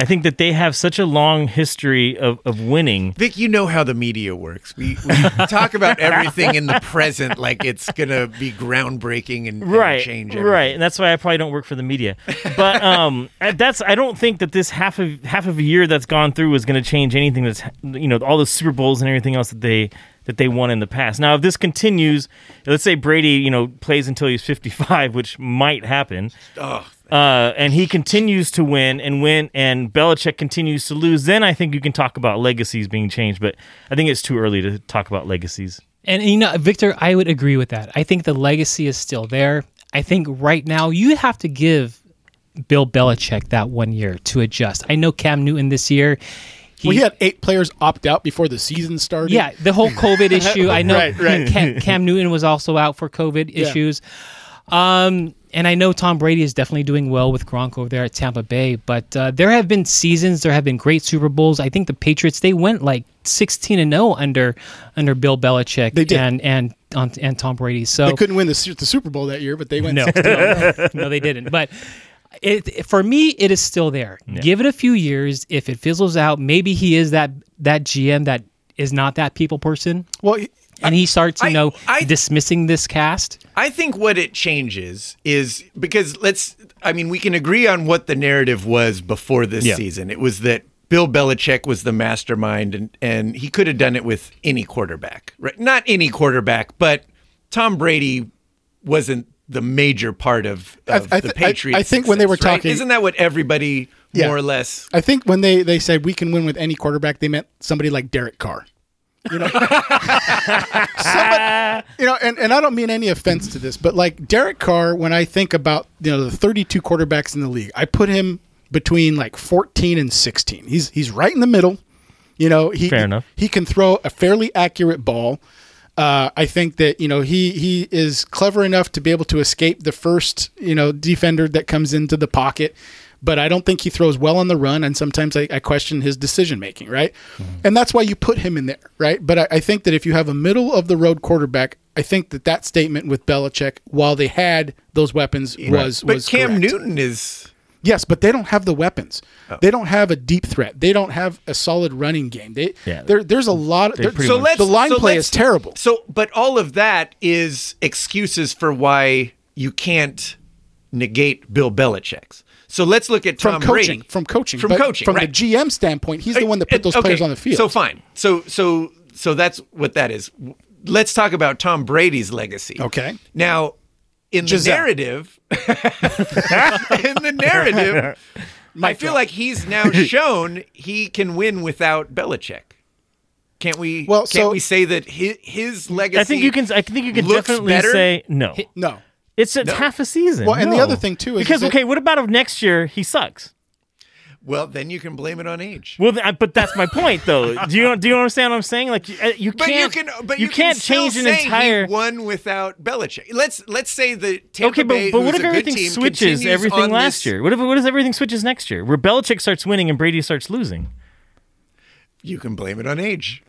D: I think that they have such a long history of, of winning.
A: Vic, you know how the media works. We, we talk about everything in the present like it's gonna be groundbreaking and, and
D: Right,
A: change everything.
D: right, and that's why I probably don't work for the media. But
A: *laughs*
D: um, I- that's I don't think that this half of half of a year that's gone through is going to change anything. That's you know all the Super Bowls and everything else that they that they won in the past. Now, if this continues, let's say Brady you know plays until he's fifty five, which might happen.
A: Oh,
D: uh, and he continues to win and win, and Belichick continues to lose, then I think you can talk about legacies being changed. But I think it's too early to talk about legacies.
B: And you know, Victor, I would agree with that. I think the legacy is still there. I think right now you have to give Bill Belichick that one year to adjust. I know Cam Newton this year. He,
C: We had eight players opt out before the season started.
B: yeah, the whole
C: *laughs*
B: COVID issue. I know
C: Right, right.
B: Cam, Cam Newton was also out for COVID issues. Um, and I know Tom Brady is definitely doing well with Gronk over there at Tampa Bay, but uh, there have been seasons, there have been great Super Bowls. I think the Patriots they went like sixteen and zero under under Bill Belichick
C: They did.
B: and and on, and Tom Brady. So
C: they couldn't win the, Su- the Super Bowl that year, but they went.
B: no, *laughs* no, no, they didn't. But it for me, it is still there. Give it a few years. If it fizzles out, maybe he is that that GM that is not that people person.
C: Well, he-
B: and he starts, you
A: I-
B: know,
A: I-
B: dismissing this cast.
A: I think what it changes is because let's, I mean, we can agree on what the narrative was before this
D: Yeah.
A: season. It was that Bill Belichick was the mastermind and, and he could have done it with any quarterback, right? Not any quarterback, but Tom Brady wasn't the major part of,
C: I-
A: of
C: I
A: the
C: thi- I-
A: Patriots.
C: I think when they
A: success,
C: were
A: right?
C: talking-
A: Isn't that what everybody
C: Yeah.
A: more or less?
C: I think when they, they said we can win with any quarterback, they meant somebody like Derek Carr. *laughs* You know, and, and I don't mean any offense to this, but like Derek Carr, when I think about, you know, the 32 quarterbacks in the league, I put him between like 14 and 16. He's he's right in the middle. You know, he
D: Fair enough.
C: he can throw a fairly accurate ball. Uh, I think that, you know, he he is clever enough to be able to escape the first, you know, defender that comes into the pocket. But I don't think he throws well on the run, and sometimes I, I question his decision making, right? And that's why you put him in there, right? But I, I think that if you have a middle of the road quarterback, I think that that statement with Belichick, while they had those weapons, was
A: But
C: was
A: Cam
C: correct.
A: Newton is.
C: Yes, but they don't have the weapons.
D: Oh.
C: They don't have a deep threat. They don't have a solid running game. They
D: Yeah.
C: there, there's a lot. Of,
D: pretty
A: So
D: much-
A: let's,
C: the line
A: so
C: play
A: let's-
C: is terrible.
A: So, but all of that is excuses for why you can't negate Bill Belichick's. So let's look at
C: from
A: Tom
C: coaching,
A: Brady
C: from coaching,
A: From
C: but
A: coaching,
C: from
A: right.
C: the GM standpoint, he's the one that put those
A: Okay,
C: players on the field.
A: So fine. So so so that's what that is. Let's talk about Tom Brady's legacy.
C: Okay.
A: Now, in
C: Giselle.
A: the narrative, *laughs* in the narrative, I feel like he's
C: *laughs*
A: now shown he can win without Belichick. Can't we?
C: Well,
A: can't
C: so-
A: we say that his, his legacy?
D: I think you can. I think you can
A: looks
D: definitely
A: better?
D: say no.
C: no,
D: It's it's half a season.
C: Well, and the
D: No.
C: other thing, too, is
D: because
C: that-
D: okay, what about if next year he sucks?
A: Well, then you can blame it on age.
D: Well, th- but that's my point,
A: *laughs*
D: though. Do you do you understand what I'm saying? Like you, uh, you
A: But you
D: can't
A: can, but you,
D: you, can't
A: can still
D: change an
A: say he
D: entire.
A: won without Belichick. Let's let's say the Tampa
D: okay,
A: Bay,
D: but, but
A: who's
D: what if
A: a good
D: everything
A: team,
D: switches
A: continues on
D: everything last
A: this-
D: year? What if what if everything switches next year, where Belichick starts winning and Brady starts losing?
A: You can blame it on age.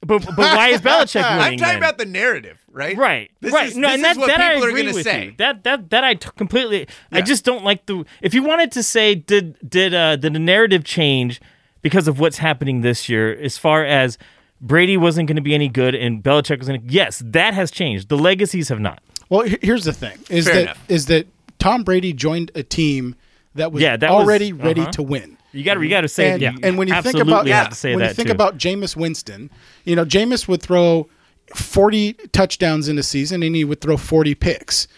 D: But but
A: *laughs*
D: why is Belichick winning?
A: I'm talking
D: then?
A: about the narrative, right?
D: Right,
A: This
D: right.
A: Is,
D: no,
A: this
D: and
A: is
D: that,
A: what
D: that I
A: people are
D: agree
A: gonna
D: with
A: say.
D: you. That that that I t- completely. I just don't like the. If you wanted to say, did did uh, did the narrative change because of what's happening this year, as far as Brady wasn't going to be any good and Belichick was going to. Yes, that has changed. The legacies have not.
C: well, he- here's the thing: is
A: Fair
C: that is
A: enough.
C: that Tom Brady joined a team that was
D: Yeah, that was-
C: already ready
D: uh-huh.
C: to win.
D: You got to you got to say.
C: and,
D: yeah,
C: and when you think
D: absolutely
C: about
D: have to say
C: when
D: that
C: you think
D: too.
C: about Jameis Winston, you know Jameis would throw forty touchdowns in a season, and he would throw forty picks,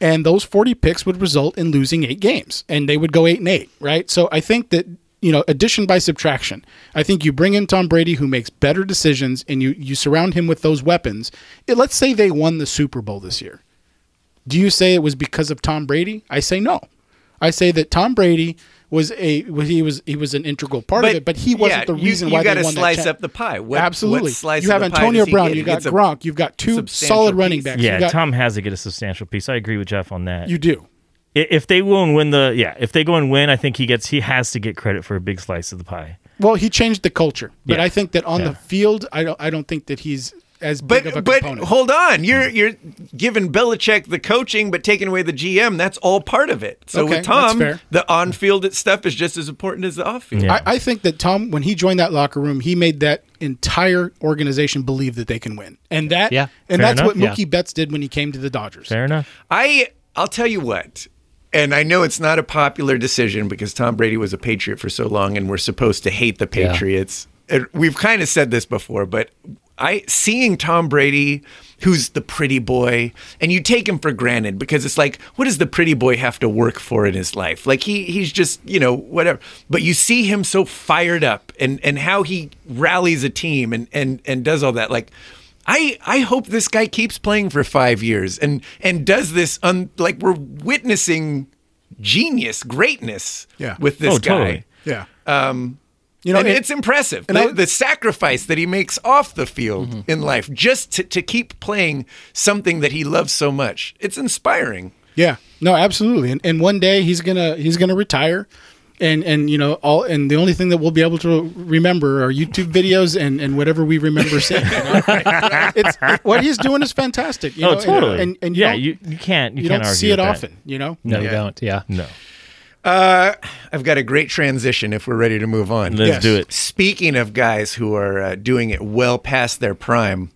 C: and those forty picks would result in losing eight games, and they would go eight and eight, right? So I think that you know addition by subtraction. I think you bring in Tom Brady, who makes better decisions, and you you surround him with those weapons. It- let's say they won the Super Bowl this year. Do you say it was because of Tom Brady? I say no. I say that Tom Brady was a was- he was he was an integral part of it, but he wasn't
A: yeah,
C: the
A: you-
C: reason
A: you,
C: why
A: got
C: they
A: to
C: won
A: slice
C: that cha-
A: up the pie. What,
C: Absolutely,
A: What slice
C: you have
A: of the pie
C: Antonio
A: does he
C: Brown,
A: get?
C: you
A: He
C: got
A: gets a-
C: Gronk, you've got two
A: substantial
C: solid running
A: piece.
C: backs.
D: yeah,
C: you got,
D: Tom has to get a substantial piece. I agree with Jeff on that.
C: you do.
D: I- if they will and win the yeah, if they go and win, I think he gets he has to get credit for a big slice of the pie.
C: Well, he changed the culture, but
D: Yeah.
C: I think that on
D: Yeah.
C: the field, I don't I don't think that he's as big of a
A: But but
C: component.
A: hold on, you're you're giving Belichick the coaching, but taking away the GM. That's all part of it. So
C: Okay,
A: with
C: that's
A: Tom,
C: fair.
A: the on-field stuff is just as important as the off-field.
D: Yeah.
C: I, I think that Tom, when he joined that locker room, he made that entire organization believe that they can win, and that
B: Yeah.
C: and
D: Fair
C: that's
D: enough.
C: what Mookie Betts did when he came to the Dodgers.
D: Fair enough.
A: I I'll tell you what, and I know it's not a popular decision because Tom Brady was a Patriot for so long, and we're supposed to hate the
B: Yeah.
A: Patriots. And We've kind of said this before, but I seeing Tom Brady, who's the pretty boy, and you take him for granted because it's like, what does the pretty boy have to work for in his life? Like he he's just you know whatever. But you see him so fired up, and and how he rallies a team, and and and does all that like. I, I hope this guy keeps playing for five years and and does this un, like we're witnessing genius greatness
C: Yeah.
A: with this
D: Oh,
A: guy.
D: totally.
C: Yeah. Um, you know,
A: and
C: it-
A: it's impressive
C: and
A: the,
C: I- Mm-hmm.
A: the sacrifice that he makes off the field in life just to, to keep playing something that he loves so much. It's inspiring.
C: yeah, no, absolutely. And, and one day he's gonna he's gonna retire, and and you know all and the only thing that we'll be able to remember are YouTube videos and and whatever we remember
D: *laughs*
C: seeing. you know? it's it- what he's doing is fantastic. You
D: Oh,
C: know?
D: totally.
C: And, and, and
D: yeah,
C: don't-
D: you, you can't you,
C: you
D: can't
C: don't
D: argue
C: see it
D: with that.
C: often. You know.
B: No, you don't. Yeah.
D: No,
A: I've got a great transition if we're ready to move on.
D: let's
C: Yes.
D: do it.
A: Speaking of guys who are uh, doing it well past their prime,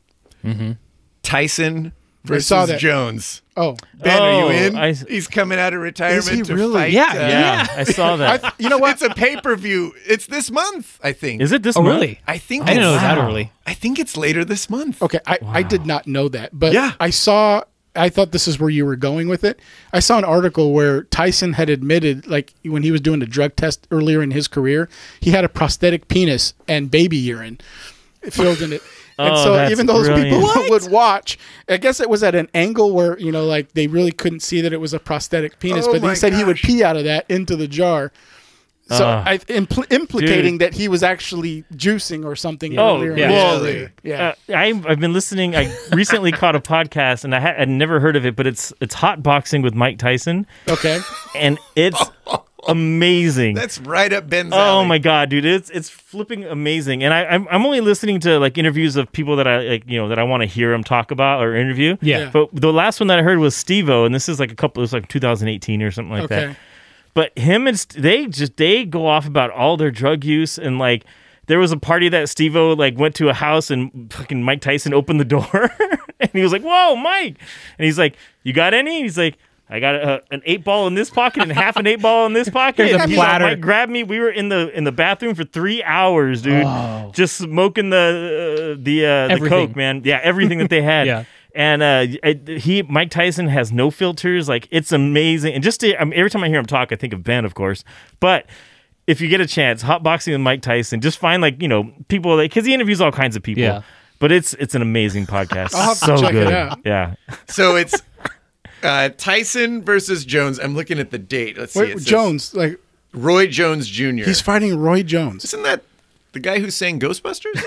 A: Tyson versus
C: Mm-hmm. saw that.
A: Jones.
C: Oh,
A: Ben,
D: Oh,
A: are you in?
D: I-
A: He's coming out of retirement.
C: he
A: to
C: really?
A: Fight,
B: Yeah,
A: uh,
D: Yeah, *laughs* I
A: *laughs*
D: saw that.
C: I, you know what?
A: It's a pay per view. It's this month, I think.
D: Is it this
B: Oh,
D: month?
B: really?
A: I think
B: I didn't know it was
A: it's-
B: that
D: wow.
B: early.
A: I think it's later this month.
C: Okay, I, I did not know that, but
A: Yeah.
C: I saw. I thought this is where you were going with it. I saw an article where Tyson had admitted, like when he was doing a drug test earlier in his career, he had a prosthetic penis and baby urine filled
D: *laughs*
C: in it. And
D: Oh,
C: so
D: that's
C: even those
D: brilliant.
C: people *laughs* would watch, I guess it was at an angle where you know, like they really couldn't see that it was a prosthetic penis,
A: Oh
C: but
A: my
C: he said he would
A: gosh.
C: pee out of that into the jar. So
D: Ah.
C: I impl- implicating
D: Dude.
C: that he was actually juicing or something.
D: Oh,
C: earlier in
D: yeah.
C: his
A: Well,
C: career. yeah.
D: Uh, I, I've been listening. I recently caught a podcast, and I had I'd never heard of it, but it's it's hot boxing with Mike Tyson, *laughs*
C: Okay.
D: and
C: *laughs*
D: it's amazing.
A: That's right up Ben's
D: Oh
A: alley.
D: my god, dude! It's it's flipping amazing, and I, I'm I'm only listening to like interviews of people that I like, you know, that I want to hear them talk about or interview.
B: Yeah. Yeah.
D: But the last one that I heard was Steve-O, and this is like a couple. It was like 2018 or something like
C: Okay.
D: that. But him and St- they just they go off about all their drug use and like there was a party that Steve-O like went to a house and fucking Mike Tyson opened the door *laughs* and he was like, "Whoa, Mike!" And he's like, "You got any?" And he's like. I got a, an eight ball in this pocket and half an eight ball in this pocket.
B: Here's a
D: And he's like,
B: platter.
D: "Mike, grabbed me. We were in the in the bathroom for three hours, dude, just smoking the uh, the uh, the
B: Everything.
D: coke, man. Yeah, everything
B: *laughs*
D: that they had.
B: Yeah.
D: And uh, it- he, Mike Tyson, has no filters. Like it's amazing. And just to, I mean, every time I hear him talk, I think of Ben, of course. But if you get a chance, hot boxing with Mike Tyson, just find like you know people like because he interviews all kinds of people.
B: Yeah.
D: But it's it's an amazing podcast.
C: I'll have to
D: so
C: check it
D: good.
C: out.
D: Yeah.
A: So it's uh, Tyson versus Jones. I'm looking at the date. Let's see.
C: Wait,
A: It says
C: Jones, like
A: Roy Jones Jr.
C: he's fighting Roy Jones.
A: Isn't that the guy who sang *laughs* Ghostbusters?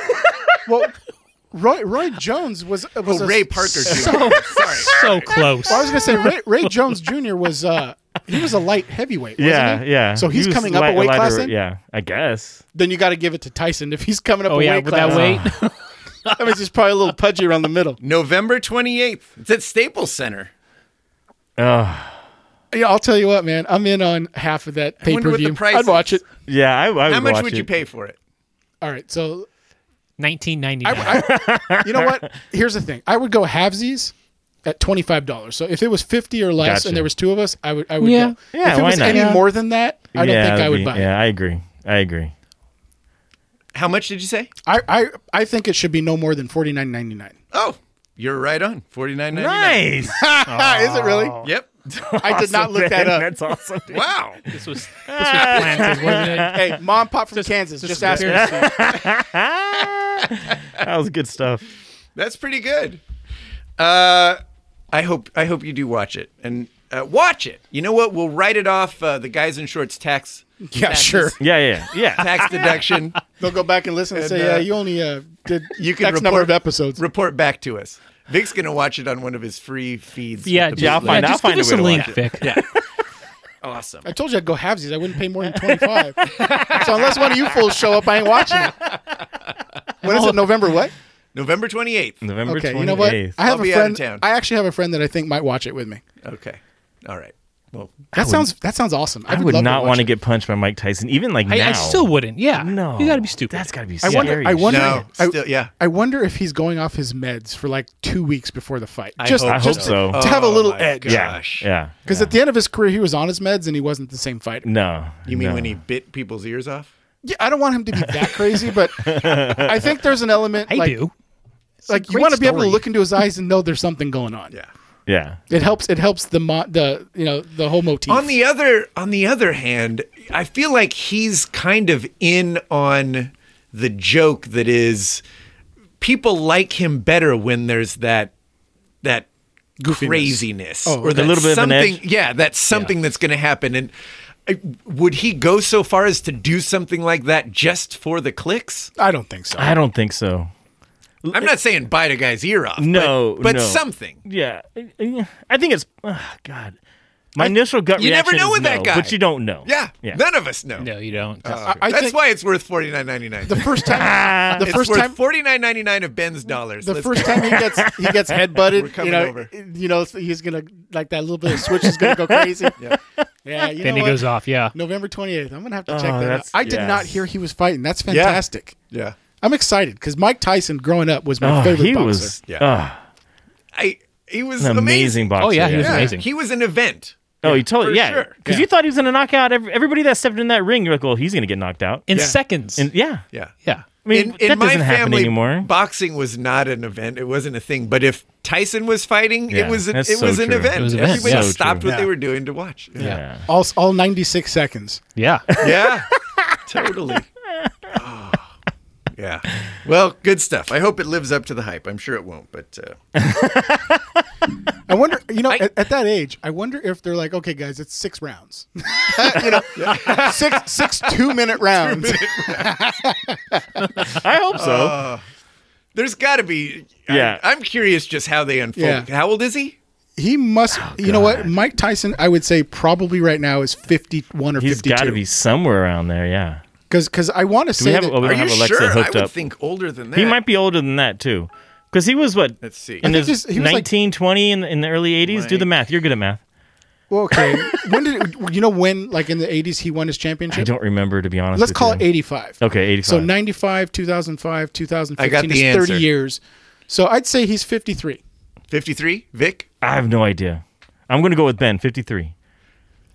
C: Well, *laughs* Roy Roy Jones was was
A: oh,
C: a-
A: Ray Parker Jr. *laughs* Sorry.
B: So close.
C: Well, I was gonna say Ray, Ray Jones Jr. was uh he was a light heavyweight. wasn't
D: Yeah.
C: he?
D: Yeah.
C: So he's
D: He was
C: coming up
D: light-
C: a weight
D: lighter-
C: class. Then,
D: Yeah. I guess.
C: then you got to give it to Tyson if he's coming up
B: Oh
C: a
B: yeah,
C: weight
B: with
C: class.
B: that weight.
C: *laughs* That means he's probably a little pudgy around the middle.
A: November 28th. It's at Staples Center.
C: Yeah, I'll tell you what, man. I'm in on half of that pay
A: wonder
C: per
A: what the
C: view.
A: price
C: I'd watch
A: is.
C: it.
D: Yeah. I, I would
A: How much
D: watch
A: would you
D: it.
A: pay for it?
C: All right, so
B: 1999.
C: you know
D: *laughs*
C: what? Here's the thing. I would go halvesies at twenty five dollars. So if it was fifty or less,
D: Gotcha.
C: and there was two of us, I would. I would.
B: Yeah.
C: Go.
D: Yeah,
C: If it
D: why
C: was
D: not?
C: any
D: Yeah.
C: more than that, I don't
D: Yeah,
C: think
D: that'd
C: I would
D: be-
C: buy. it.
D: Yeah, I agree. I agree.
A: How much did you say?
C: I, I, I think it should be no more than forty nine ninety nine.
A: Oh, you're right on. Forty nine ninety nine.
D: Nice.
C: Ah, Is it really?
D: Oh.
A: Yep.
C: I did not look that up.
D: *laughs* *laughs* That's awesome. dude.
A: Wow.
B: this was this was planted, wasn't it?
C: Hey, mom, pop from Kansas. Just, ask me.
D: that was good stuff.
A: That's pretty good. Uh, I hope I hope you do watch it and uh, watch it. You know what? We'll write it off uh, the guys in shorts tax.
C: Yeah,
A: taxes-
C: sure.
D: Yeah, yeah,
C: *laughs*
D: yeah.
A: Tax deduction.
C: They'll go back and listen and,
A: And,
C: say,
A: uh,
C: yeah, you only uh, *laughs* did
A: You can
C: X
A: report,
C: number of episodes.
A: Report back to us. Vic's gonna watch it on one of his free feeds.
B: Yeah,
A: with the
B: yeah, I'll
A: bootleg.
D: find- I'll
B: just
D: find
B: give
D: a
B: us
D: way
B: a
D: to
B: link,
D: watch it.
B: Vic.
A: Awesome.
C: I told you I'd go halvesies. I wouldn't pay more than twenty five. *laughs* so unless one of you fools show up, I ain't watching it. When is it? November what?
A: November twenty eighth.
D: November
C: Okay,
D: 28th.
C: you know what? I
A: I'll
C: have
A: be
C: a
A: out of
C: friend.
A: town.
C: I actually have a friend that I think might watch it with me.
A: Okay. All right. Well,
C: That sounds that sounds awesome. I,
D: I
C: would,
D: would
C: love
D: not want to
C: to watch
D: get punched by Mike Tyson, even like
B: I,
D: now.
B: I still wouldn't. Yeah.
D: No,
B: You got to be stupid.
D: That's gotta be.
C: it. I wonder.
D: scary
C: I
D: as
C: wonder.
A: no.
C: I,
A: Still, yeah.
C: I wonder if he's going off his meds for like two weeks before the fight. just,
A: hope
C: just
D: so.
C: To, to have a
A: Oh
C: little
A: my
C: edge.
D: shit. Yeah,
A: Gosh.
D: yeah.
C: Because at the end of his career, he was on his meds and he wasn't the same fighter.
D: No.
A: You mean
D: no.
A: when he bit people's ears off?
C: Yeah, I don't want him to be that crazy, but I think there's an
B: *laughs*
C: element.
B: I
C: like,
B: do. It's a
C: Like you
B: great
C: want to be able to
B: story.
C: look into his eyes and know there's something going on.
A: Yeah.
D: Yeah.
C: It helps. It helps the mo- the you know the whole motif.
A: On the other on the other hand, I feel like he's kind of in on the joke that is people like him better when there's that that craziness
C: Oh,
A: or
C: okay.
A: that
D: A little bit of an
A: something
D: edge.
A: yeah, that's something that's going to happen and I- would he go so far as to do something like that just for the clicks?
C: I don't think so.
D: I don't think so.
A: I'm not saying bite a guy's ear off. but-
D: No,
A: but,
D: no.
A: something.
D: Yeah. I- I I think it's. Oh, God. My initial gut
A: You never
D: reaction
A: know
D: is
A: with that
D: no,
A: guy.
D: But you don't know.
A: Yeah,
D: Yeah.
A: none of us know.
B: No, Uh, you don't.
C: I, I
A: That's
C: think
A: why it's worth forty nine ninety nine.
C: the first
D: *laughs* Ah,
C: time the
A: It's
C: first
A: worth
C: time
A: forty nine ninety nine of Ben's dollars.
C: the
A: Let's
C: first
A: go.
C: time he gets he gets
A: *laughs* We're
C: headbutted, you
A: coming
C: know,
A: over.
C: you know he's gonna like that little bit of switch is gonna go
A: *laughs*
C: crazy. yeah, you
B: then
C: know
B: he
C: what?
B: goes off. Yeah.
C: November 28th. I'm gonna have to check
D: Oh,
C: that out.
D: that's-
C: I did not
D: yes.
C: hear he was fighting. That's fantastic.
A: Yeah.
C: I'm excited because Mike Tyson growing up was my
D: Oh,
C: favorite
D: he
C: boxer.
D: was.
A: Yeah.
D: ah.
A: I he was
D: An amazing boxer.
B: Oh, yeah, he was
A: Yeah,
B: amazing.
A: He was an event.
D: Oh, he totally
A: for
D: yeah.
A: sure.
D: Because
A: Yeah.
D: you thought he was gonna knock out every, everybody that stepped in that ring. You're like, well, he's gonna get knocked out.
B: in
A: Yeah.
B: seconds.
D: And yeah,
A: Yeah.
B: yeah.
D: I mean that doesn't happen anymore.
A: boxing was not an event. It wasn't a thing. But if Tyson was fighting,
D: Yeah,
A: it was a, it,
D: that's so
A: was an
D: true.
A: event.
B: It was an event.
A: Everybody
B: So
D: true.
A: stopped what
C: Yeah.
A: they were doing to watch. Yeah,
D: yeah.
C: all all 96 seconds.
B: Yeah.
A: *laughs* totally. Oh, yeah. Well, good stuff. I hope it lives up to the hype. I'm sure it won't, but uh,
C: I wonder, you
D: *laughs*
C: know, at, at that age, I wonder if they're like, okay, guys, it's six rounds, *laughs* you know,
A: *laughs*
C: six six two minute rounds.
D: I hope so.
C: Uh,
A: there's got to be.
D: Yeah.
A: I, am curious just how they unfold.
C: Yeah.
A: How old is he?
C: He must,
D: Oh,
C: you know what, Mike Tyson, I would say probably right now is 51 or
D: He's got to
C: 52.
D: be somewhere around there. Yeah,
C: Because because I want to say
D: we have-
C: that-
D: oh, we
A: Are
D: don't
A: you
D: have Alexa
A: sure? I
D: hooked
A: would
D: up.
A: think older than that.
D: he might be older than that too. Because he was what
A: Let's see.
D: in
C: I
D: his
C: think this- he was like-
D: 19, 20 in, in the early 80s. Do the math. You're good at math.
C: well, okay. when did you know when like in the 80s he won his championship?
D: I don't remember to be honest.
C: Let's
D: with
C: call
D: you.
C: it 85.
D: Okay, 85.
C: So 95, 2005, 2015
A: I got the
C: is 30
A: answer.
C: years. So I'd say he's 53.
A: 53. Vic.
D: I have no idea. I'm gonna go with Ben. 53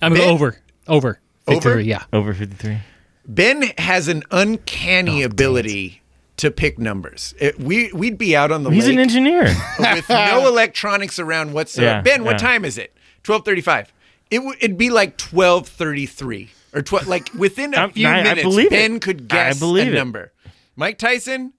B: I'm gonna
A: Ben-
B: go over. Over.
A: Over?
B: Victory, yeah.
D: over 53.
A: Ben has an
D: Oh,
A: uncanny ability to pick numbers. It- we we'd be out on the
D: He's
A: lake
C: *laughs*
D: an engineer.
A: with
D: *laughs*
A: no electronics around whatsoever.
D: Yeah,
A: ben, what
D: yeah.
A: time is it? Twelve thirty-five. It w- it'd be like twelve thirty-three or twelve. Like within a
D: I'm-
A: few
D: I- I
A: minutes,
D: believe it.
A: Ben could guess
D: I believe
A: a
D: it.
A: number. Mike Tyson.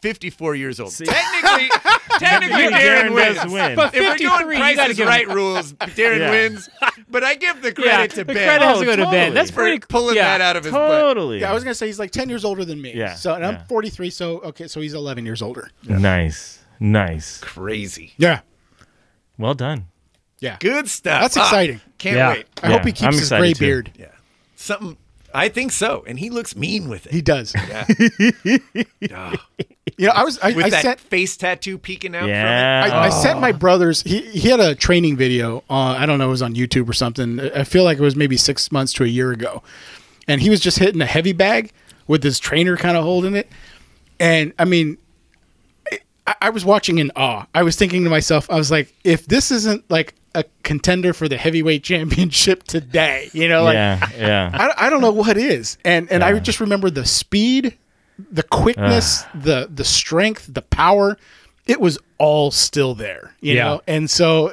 A: 54 years old.
D: *laughs*
A: Technically, technically
D: You
A: Darren,
D: Darren does
A: wins.
D: win.
A: But *laughs*
D: But
A: if we're
B: 53,
A: doing
B: you
A: Price
B: gotta
A: is
B: give him-
A: Right rules, Darren
D: Yeah.
A: wins. But I give the credit to
B: the
A: Ben
B: credit has to
D: Oh,
B: go to
D: totally.
B: Ben. That's
A: for
B: pretty
A: pulling
B: yeah.
A: that out of his butt.
D: totally.
C: Yeah, I was going to say he's like 10 years older than me.
D: Yeah,
C: So and
D: yeah.
C: I'm 43, so okay, so he's 11 years older.
D: nice, nice.
A: Crazy.
C: Yeah.
D: Well done.
C: Yeah.
A: Good stuff.
C: That's
A: Ah,
C: exciting.
A: can't
B: Yeah.
A: wait.
C: I
D: Yeah,
C: hope he
D: I'm
C: keeps his
D: excited
C: gray
D: too.
C: beard.
A: Yeah. Something I think so. And he looks mean with
C: He
A: it.
C: does. *laughs*
A: Yeah. Ah,
C: You know, I was I,
A: with
C: I
A: that
C: sent
A: face tattoo peeking out
D: Yeah.
A: from it.
C: I, I sent my brothers. He he had a training video. On, I don't know, it was on YouTube or something. I I feel like it was maybe six months to a year ago, and he was just hitting a heavy bag with his trainer kind of holding it. And I mean, I, I was watching in awe. I was thinking to myself, I was like, if this isn't like a contender for the heavyweight *laughs* championship today, you know, like
D: yeah, yeah.
C: *laughs* I, I don't know what is. And and I just remember the speed, the quickness, the the strength, the power. It was all still there, you
B: Yeah.
C: know. And so,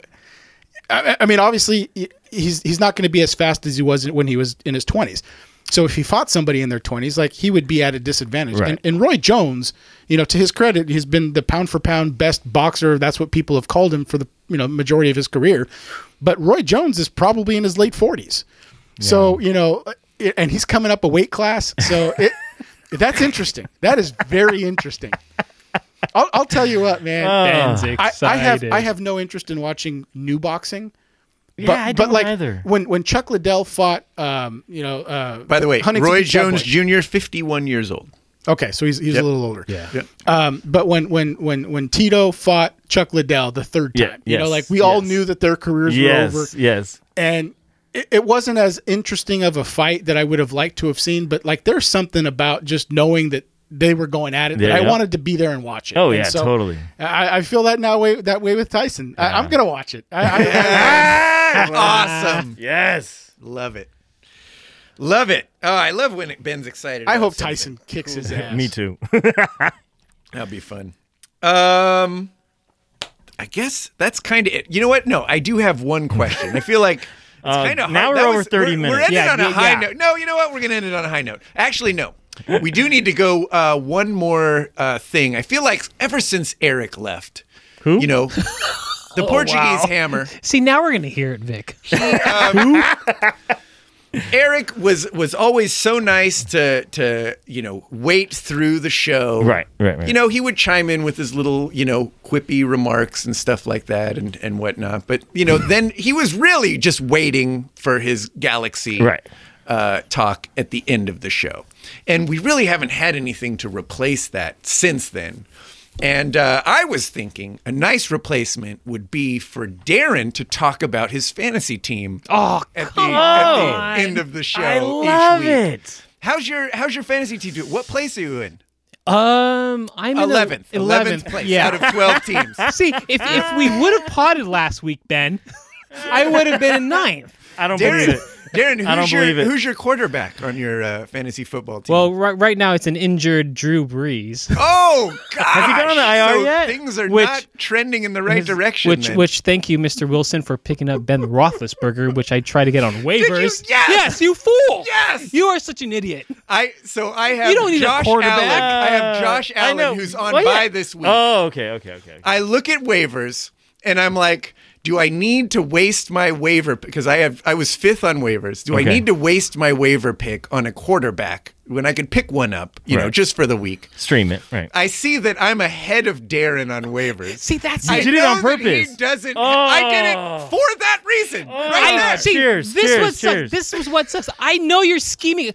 C: I, I mean, obviously, he- he's he's not going to be as fast as he was when he was in his twenties. So if he fought somebody in their twenties, like he would be at a disadvantage.
D: Right.
C: And, and Roy Jones, you know, to his credit, he's been the pound for pound best boxer. That's what people have called him for the you know majority of his career. But Roy Jones is probably in his late forties. So you know, it- and he's coming up a weight class. So it that's interesting. That is very interesting. I'll, I'll tell you what, man.
D: Ah.
B: Ben's
C: I, I have
B: excited.
C: I have no interest in watching new boxing. But,
D: Yeah, I
C: but
D: don't
C: like
D: either.
C: when when Chuck Liddell fought, um, you know, uh,
A: By the way,
C: Huntington
A: Roy
C: Beach
A: Jones
C: Cowboy.
A: Jr., 51 years old.
C: Okay, so he's he's
A: Yep.
C: a little older.
B: Yeah.
A: Yep.
C: Um, but when when when when Tito fought Chuck Liddell the third
D: Yeah,
C: time, you know,
D: yes,
C: like we all
D: yes.
C: knew that their careers
D: yes,
C: were over
D: yes.
C: and it, it wasn't as interesting of a fight that I would have liked to have seen. But like, there's something about just knowing that they were going at it.
D: Yeah,
C: that I
D: yeah.
C: wanted to be there and watch it.
D: Oh,
C: And
D: yeah, totally. Uh-huh.
C: I, I feel that now way that way with Tyson. I, I'm gonna watch it. I, I,
A: *laughs* awesome.
D: Yes.
A: Love it. Love it. Oh, I love when Ben's excited.
C: I, I
A: about
D: *laughs*
C: hope
A: something.
C: Tyson kicks his ass.
A: *laughs*
D: Me too.
A: That'll be fun. Um, I guess that's kind of it. You know what? No, I do have one question. I feel like it's
D: Uh,
A: kind of
D: now we're over 30
A: we're, We're
D: minutes.
A: ending
B: Yeah,
A: on a
B: yeah,
A: high
B: yeah.
A: note. No, you know what? We're gonna end it on a high note. Actually, no. We do need to go uh, one more uh, thing. I feel like ever since Eric left,
D: Who? Oh,
A: you
D: *laughs*
A: know, the Portuguese hammer.
B: See, now we're gonna hear it, Vic.
A: Eric was was always so nice to to you know wait through the show.
D: Right, right, right.
A: You know, he would chime in with his little you know quippy remarks and stuff like that and and whatnot. But you know, then he was really just waiting for his galaxy
D: Right.
A: uh, talk at the end of the show, and we really haven't had anything to replace that since then. And uh, I was thinking a nice replacement would be for Darren to talk about his fantasy team
B: Oh,
A: at the, at the end of the show.
D: I love
A: each week.
D: it.
A: How's your How's your fantasy team do? What place are you in?
B: Um, I'm in the-
A: 11th. 11th place
B: Yeah.
A: out of
D: *laughs*
A: 12 teams.
B: See, if, if we would have potted last week, Ben, I would have been in ninth.
D: I don't believe
A: Darren,
D: it.
A: Darren who's,
D: I don't
A: your,
D: believe it.
A: who's your quarterback on your uh, fantasy football team?
B: Well, right, right now it's an injured Drew Brees,
A: oh, God. Have
D: he gone on the IR yet?
A: Things are
B: Which-
A: not trending in the right direction.
B: which,
A: then.
B: which, thank you, Mr. Wilson, for picking up Ben Roethlisberger, which I try to get on waivers.
A: Yes!
B: you fool!
A: Yes!
B: you are such an idiot.
A: I so I have
B: don't need a
A: Josh
B: quarterback.
A: Allen. I have Josh
D: Uh, I know.
A: Allen who's on
D: Well, yeah.
A: by this week.
D: Oh, okay, okay, okay.
A: I look at waivers and I'm like, do I need to waste my waiver because I have I was fifth on waivers. Do
D: Okay.
A: I need to waste my waiver pick on a quarterback when I could pick one up, you know,
D: Right.
A: just for the week?
D: Stream it, right?
A: I see that I'm ahead of Darren on waivers.
D: *laughs*
B: See, that's
A: I
B: it.
D: did it
A: know
D: on
A: that
D: purpose.
A: he doesn't. I did
D: Oh.
A: it for that reason. right
B: I-
A: there.
B: see,
D: Cheers,
B: This
D: cheers,
B: was suck-
D: cheers.
B: this was what sucks. I know you're scheming.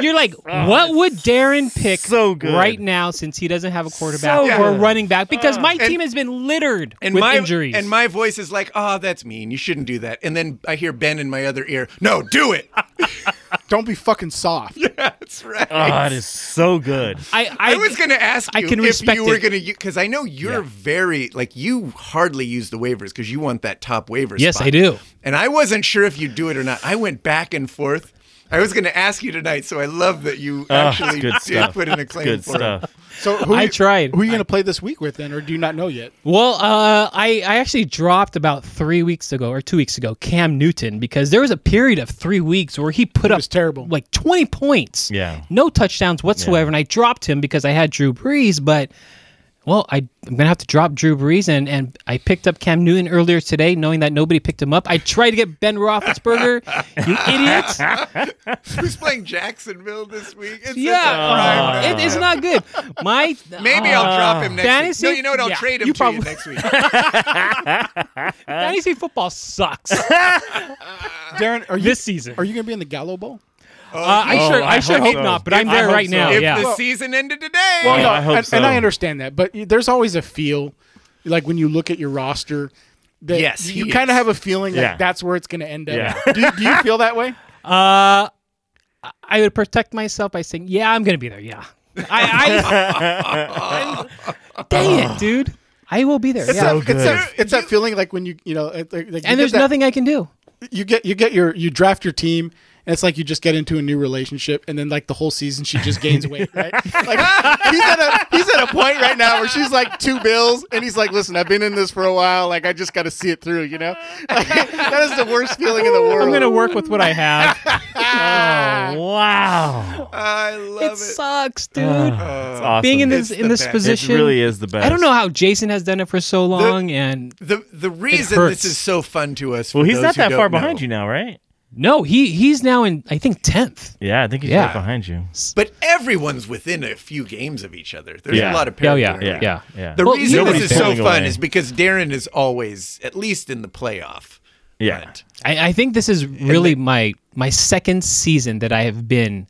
B: You're like, what would Darren pick
D: so good.
B: right now since he doesn't have a quarterback
D: So
B: or a
D: good.
B: running back? Because my
A: Uh, And-
B: team has been littered
A: and
B: with
A: my
B: injuries.
A: and my voice is like, "Oh, that's mean. You shouldn't do that." And then I hear Ben in my other ear, "No, do it." *laughs*
C: Don't be fucking soft.
A: that's right. *laughs*
D: Oh, it is so good.
B: I, I,
A: I, was going to ask
B: I
A: you
B: can
A: if
B: respect
A: you were
B: it.
A: going to because I know you're very like you hardly use the waivers because you want that top waiver.
B: Yes,
A: spot.
B: I do.
A: And I wasn't sure if you do it or not. I went back and forth. I was going to ask you tonight, so I love that you actually
D: Ah, good
A: did
D: stuff.
A: put in a claim
D: Good
A: for
D: stuff.
C: So who
B: I
C: you-
B: tried.
C: Who are you going to play this week with then, or do you not know yet?
B: Well, uh, I, I actually dropped about three weeks ago or two weeks ago Cam Newton because there was a period of three weeks where he put up
C: was terrible.
B: like 20 points.
D: Yeah.
B: No touchdowns whatsoever. And I dropped him because I had Drew Brees, but. Well, I, I'm going to have to drop Drew Brees, and, and I picked up Cam Newton earlier today, knowing that nobody picked him up. I tried to get Ben Roethlisberger,
A: *laughs*
B: you idiot.
A: it. Who's playing Jacksonville this week? It's such a
B: Yeah, uh,
A: crime
B: it, it's not good. My uh,
A: Maybe I'll drop him next
B: Fantasy-
A: week. No, you know what? I'll
B: yeah,
A: trade him
B: you
A: to
B: probably- Oh,
A: you next
B: *laughs*
A: week.
B: fantasy football
A: *laughs*
B: sucks
C: Darren, are you
B: this season.
C: are you going to be in the Gallo Bowl?
B: Uh, I
D: Oh,
B: sure, I,
D: I
B: sure
D: hope
B: hope
D: so.
B: not, but
D: If-
B: I'm there
D: I hope
B: right
D: so.
B: now.
A: if
B: yeah.
A: the season ended today.
D: Well, no. I hope
C: and, and
D: so.
C: I understand that, but y- there's always a feel, like when you look at your roster, that
A: Yes,
C: you
A: he
C: kind
A: is.
C: of have a feeling like
D: Yeah.
C: that's where it's going to end up.
D: Yeah.
C: do, you, do you feel that way?
B: uh, I would protect myself by saying, "Yeah, I'm gonna be there." Yeah. I, I *laughs* dang it, dude. I will be there.
C: It's,
B: Yeah.
C: that, it's, that, it's that feeling like when you you know like, like you get
B: And there's
C: that-
B: nothing I can do.
C: you get you get your you draft your team and it's like you just get into a new relationship and then like the whole season she just gains weight right like he's at a he's at a point right now where she's like two bills and he's like listen i've been in this for a while like i just got to see it through you know *laughs* Like, that is the worst feeling in the world
B: I'm gonna work with what
A: *laughs*
B: I have.
D: Oh, wow.
A: I love
B: it
A: it. Uh,
B: sucks, dude.
D: It's awesome.
B: Being in
A: It's
B: this in
A: the
B: this
A: best. It
B: position,
D: it really is the best.
B: I don't know how Jason has done it for so long, and
A: The the reason
B: hurts.
A: this is so fun to us.
D: Well, he's not that far behind you now, right?
B: no, he he's now in I think tenth.
D: Yeah, I think he's
B: Yeah.
D: right behind you.
A: But everyone's within a few games of each other. There's
D: Yeah.
A: a lot of
B: Oh
A: parity.
B: yeah,
A: around.
B: yeah, yeah.
D: Yeah.
A: The
B: Well,
A: reason
B: nobody's
A: this is so
D: pulling
A: fun
D: away.
A: is because Darren is always at least in the playoff.
D: Yeah.
A: hunt.
B: I, I think this is really my my second season that I have been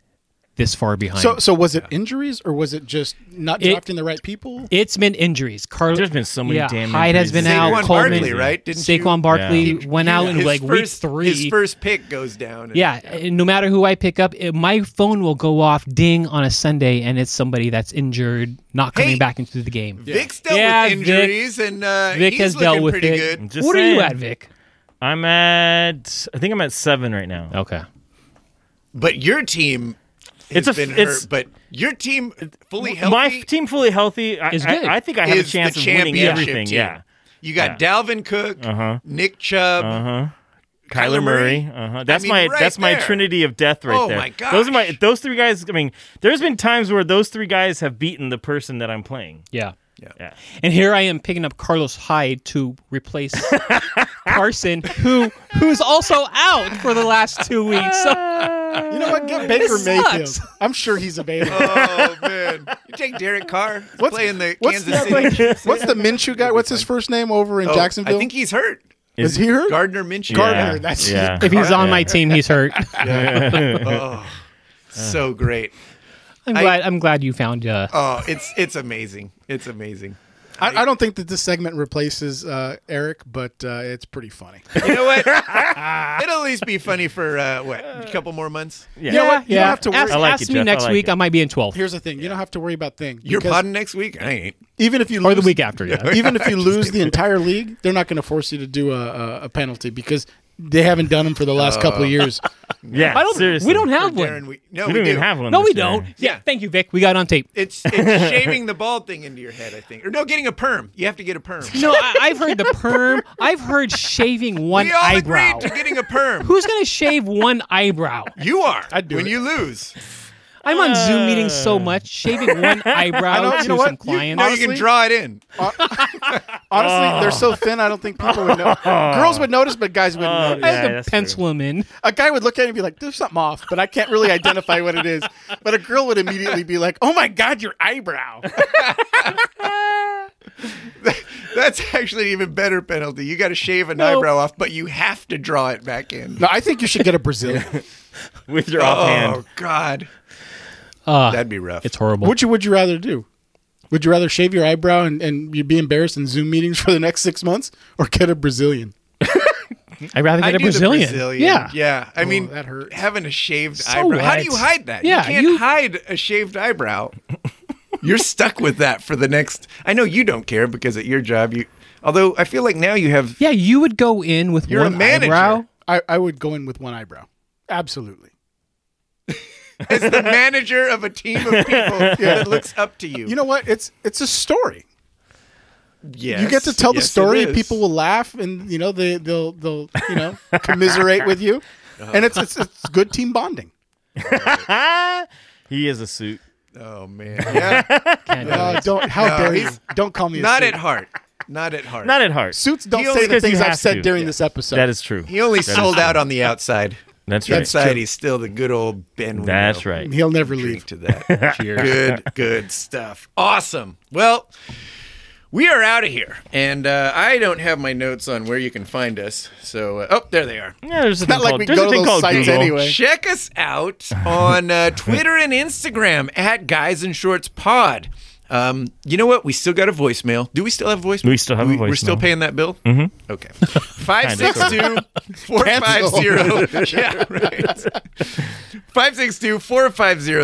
B: this far behind.
C: so so was it injuries or was it just not
B: It-
C: drafting the right people
B: it's been injuries. Carl,
D: There's been so many
B: yeah,
D: damn
B: Hyde has
D: injuries.
B: been
A: Saquon
B: out. Coleman,
A: Barkley, right? Didn't
B: Saquon
A: you-
B: Barkley
D: Yeah.
B: went out in
A: His
B: like week
A: first-
B: three.
A: His first pick goes down. and-
B: yeah, and no matter who I pick up, it, my phone will go off ding on a Sunday, and it's somebody that's injured, not coming
A: Hey.
B: back into the game.
A: Vic's dealt
B: Yeah,
A: with
B: Vic-
A: injuries, and uh,
B: Vic
A: he's
B: has
A: looking
B: dealt with
A: pretty
B: it.
A: good.
D: Just
B: what are you
D: saying.
B: at, Vic?
D: I'm at. I think I'm at seven right now.
B: Okay.
A: But your team has
D: It's a-
A: been
D: it's-
A: hurt. But your team fully healthy.
D: My f- team fully healthy. I,
B: Is
D: I-
B: good.
D: I, think I have a
A: is
D: chance
A: the
D: of
A: championship
D: winning everything.
A: Team.
D: Yeah. Uh-huh.
A: You got Dalvin Cook, Nick Chubb.
D: Kyler
A: Kyler Murray.
D: Murray. *laughs* Uh-huh. That's
A: mean,
D: my
A: right
D: that's my
A: there.
D: trinity of death right
A: Oh
D: there.
A: my
D: Those are my
A: gosh.
D: those three guys. I mean, there's been times where those three guys have beaten the person that I'm playing.
B: Yeah.
D: Yeah.
B: And here I am picking up Carlos Hyde to
D: *laughs*
B: replace Carson, who who's also out for the last two
D: *laughs*
B: weeks. So
C: you know what get baker
B: This
C: mayfield
B: sucks.
C: i'm sure he's available
A: Oh man! You take Derek Carr. He's playing the
C: what's
A: Kansas
C: the,
A: City. Chiefs.
C: what's the minshew guy what's his first name over in
A: Oh,
C: jacksonville
A: I think he's hurt.
C: is he hurt
A: Gardner Minshew.
C: Gardner, that's-
D: yeah.
B: if he's on
D: Yeah.
B: my team, he's hurt.
A: Oh, so great.
B: I'm
A: I-
B: glad. I'm glad you found. Uh,
A: Oh, it's it's amazing. It's amazing.
C: I, I don't think that this segment replaces uh, Eric, but uh, it's pretty funny.
A: You know
D: *laughs*
A: what? It'll at least be funny for uh, what a couple more months.
D: Yeah.
C: You know what? You don't have to worry.
B: Ask,
D: I like
B: ask
D: it,
B: me
D: Jeff. I
B: next
D: like
B: week.
D: it.
B: I might be in 12th
C: Here's the thing: you don't have to worry about thing.
A: You're
C: because
A: podding next week. I ain't.
C: even if you lose
B: or the week after.
A: *laughs*
B: Yeah.
C: *laughs* even if you lose the entire league, they're not going to force you to do a, a, a penalty because they haven't done them for the last couple
A: Uh.
C: of years.
D: Yeah,
B: I don't.
D: seriously.
B: We don't have
A: Or
B: one.
A: Darren, we, no,
D: We
A: we,
D: don't
A: do.
D: even have one.
B: no,
D: this
B: we
D: year.
B: don't. Yeah. Thank you, Vic. We got it
A: *laughs*
B: on tape.
A: It's
D: *laughs*
A: it's shaving the bald thing into your head. I think, or no, getting a perm. You have to get a perm.
B: No, I, I've heard the perm. I've heard shaving one
A: we all
B: eyebrow.
A: agreed to getting a perm.
B: Who's gonna shave one eyebrow?
A: you are.
C: I'd do
A: when
C: it.
A: you lose.
B: I'm on Zoom meetings
D: Uh.
B: so much.
D: *laughs*
B: Shaving one eyebrow
C: don't-
B: to
C: you
B: some
C: know what? You-
B: clients.
A: No, you
C: Honestly-
A: can draw it in. *laughs*
C: Honestly, they're so thin. I don't think people
B: *laughs*
C: would know. Girls would notice, but guys wouldn't
D: Oh,
C: notice.
B: I
D: yeah,
B: had
D: that's
B: to pencil him in.
C: A guy would look at it and be like, "There's something off," but I can't really identify what it is. But a girl would immediately be like, "Oh my god, your eyebrow!"
A: That's actually an even better penalty. You got to shave an
B: No.
A: eyebrow off, but you have to draw it back in.
C: No, I think you should get a Brazilian.
D: *laughs* With your
A: Oh
D: offhand.
A: God, that'd be rough.
B: Ah, It's horrible.
C: Which *laughs* would you rather do? Would you rather shave your eyebrow and, and you be embarrassed in Zoom meetings for the next six months, or get a Brazilian?
B: I'd rather
A: I
B: get a
A: do the
B: Brazilian.
A: Brazilian.
B: Yeah. Oh,
A: yeah. I mean,
C: that hurts.
A: Having a shaved
B: So
A: eyebrow. How do
B: what?
A: you hide that?
B: Yeah,
A: you can't
B: you-
A: hide a shaved eyebrow. You're stuck with that for the next. I know you don't care because at your job, you. Although I feel like now you have.
B: Yeah, you would go in with
A: You're a
B: one
A: manager.
B: eyebrow.
C: I, I would go in with one eyebrow. Absolutely.
A: As
D: *laughs*
A: the manager of a team of people that looks up to you.
C: You know what? It's it's a story.
A: yes,
C: you get to tell the
A: yes, it
C: story.
A: is.
C: People will laugh, and you know they they'll they'll you know commiserate with
A: *laughs*
C: you, and it's it's, it's good team bonding.
D: He is a suit.
A: Oh, man.
D: *laughs*
A: Yeah.
B: Can't do it.
A: *laughs* Oh,
C: Uh, don't how dare you?
A: he's-
C: Don't call me a
A: Not at
C: suit.
A: heart. Not at heart.
D: Not at heart.
C: Suits don't
A: He only-
C: say the
D: 'cause you
C: things I've
D: have
C: said
D: to.
C: during this episode.
D: That is true.
A: he only
D: That is
A: sold
D: true.
A: out on the outside.
D: That's right.
A: Inside, he's still the good old Ben. Wino.
D: That's right.
C: He'll never
A: drink
C: leave.
A: to
D: *laughs*
A: that. Good, good stuff. Awesome. Well, we are out of here, and uh, I don't have my notes on where you can find us. So, uh, oh, there they are.
D: Yeah, there's a thing
C: Not like
D: called,
C: we
D: there's
C: go
D: a
C: to
D: thing
C: those
D: called
C: sites
D: Google.
C: anyway.
A: Check us
D: *laughs*
A: out on uh, Twitter and Instagram at Guys in Shorts Pod. Um, you know what? We still got a voicemail. Do we still have voicemail?
D: We still have a
A: We're still
D: voicemail.
A: paying that bill? Mm-hmm. Okay. *laughs* 562 450. Yeah, right.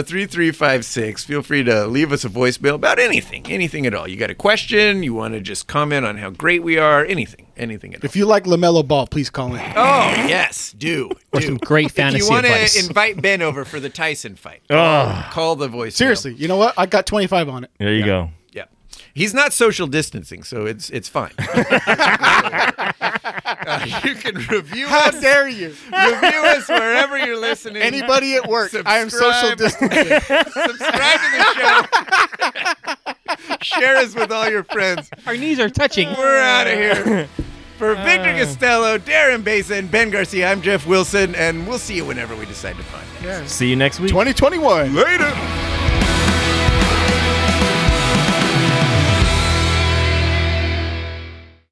A: 562-450-3356. Feel free to leave us a voicemail about anything, anything at all. You got a question, you want to just comment on how great we are, anything, anything at all.
C: If you like Lamelo Ball, please call in.
A: Oh, yes,
D: *laughs*
A: do.
B: Or
A: do.
B: some great fantasy
A: If you want
B: advice.
A: to invite Ben over for the Tyson fight,
C: *laughs*
A: call the voicemail.
C: Seriously, you know what? I got twenty five on it.
D: There you
A: Yeah.
D: go.
A: He's not social distancing, so it's it's
C: *laughs*
A: fine. Uh, you can review
C: How
A: us,
C: dare you?
A: review us wherever you're listening.
C: Anybody at work? *laughs* I am social
A: Subscribe.
C: distancing.
A: subscribe to the
C: *laughs*
A: show. Share us with all your friends.
B: Our knees are touching.
A: *laughs* We're out of here. For
C: Uh.
A: Victor Costello, Darren Besa, and Ben Garcia, I'm Jeff Wilson, and we'll see you whenever we decide to find you.
D: See you next week.
C: Twenty twenty one.
A: Later.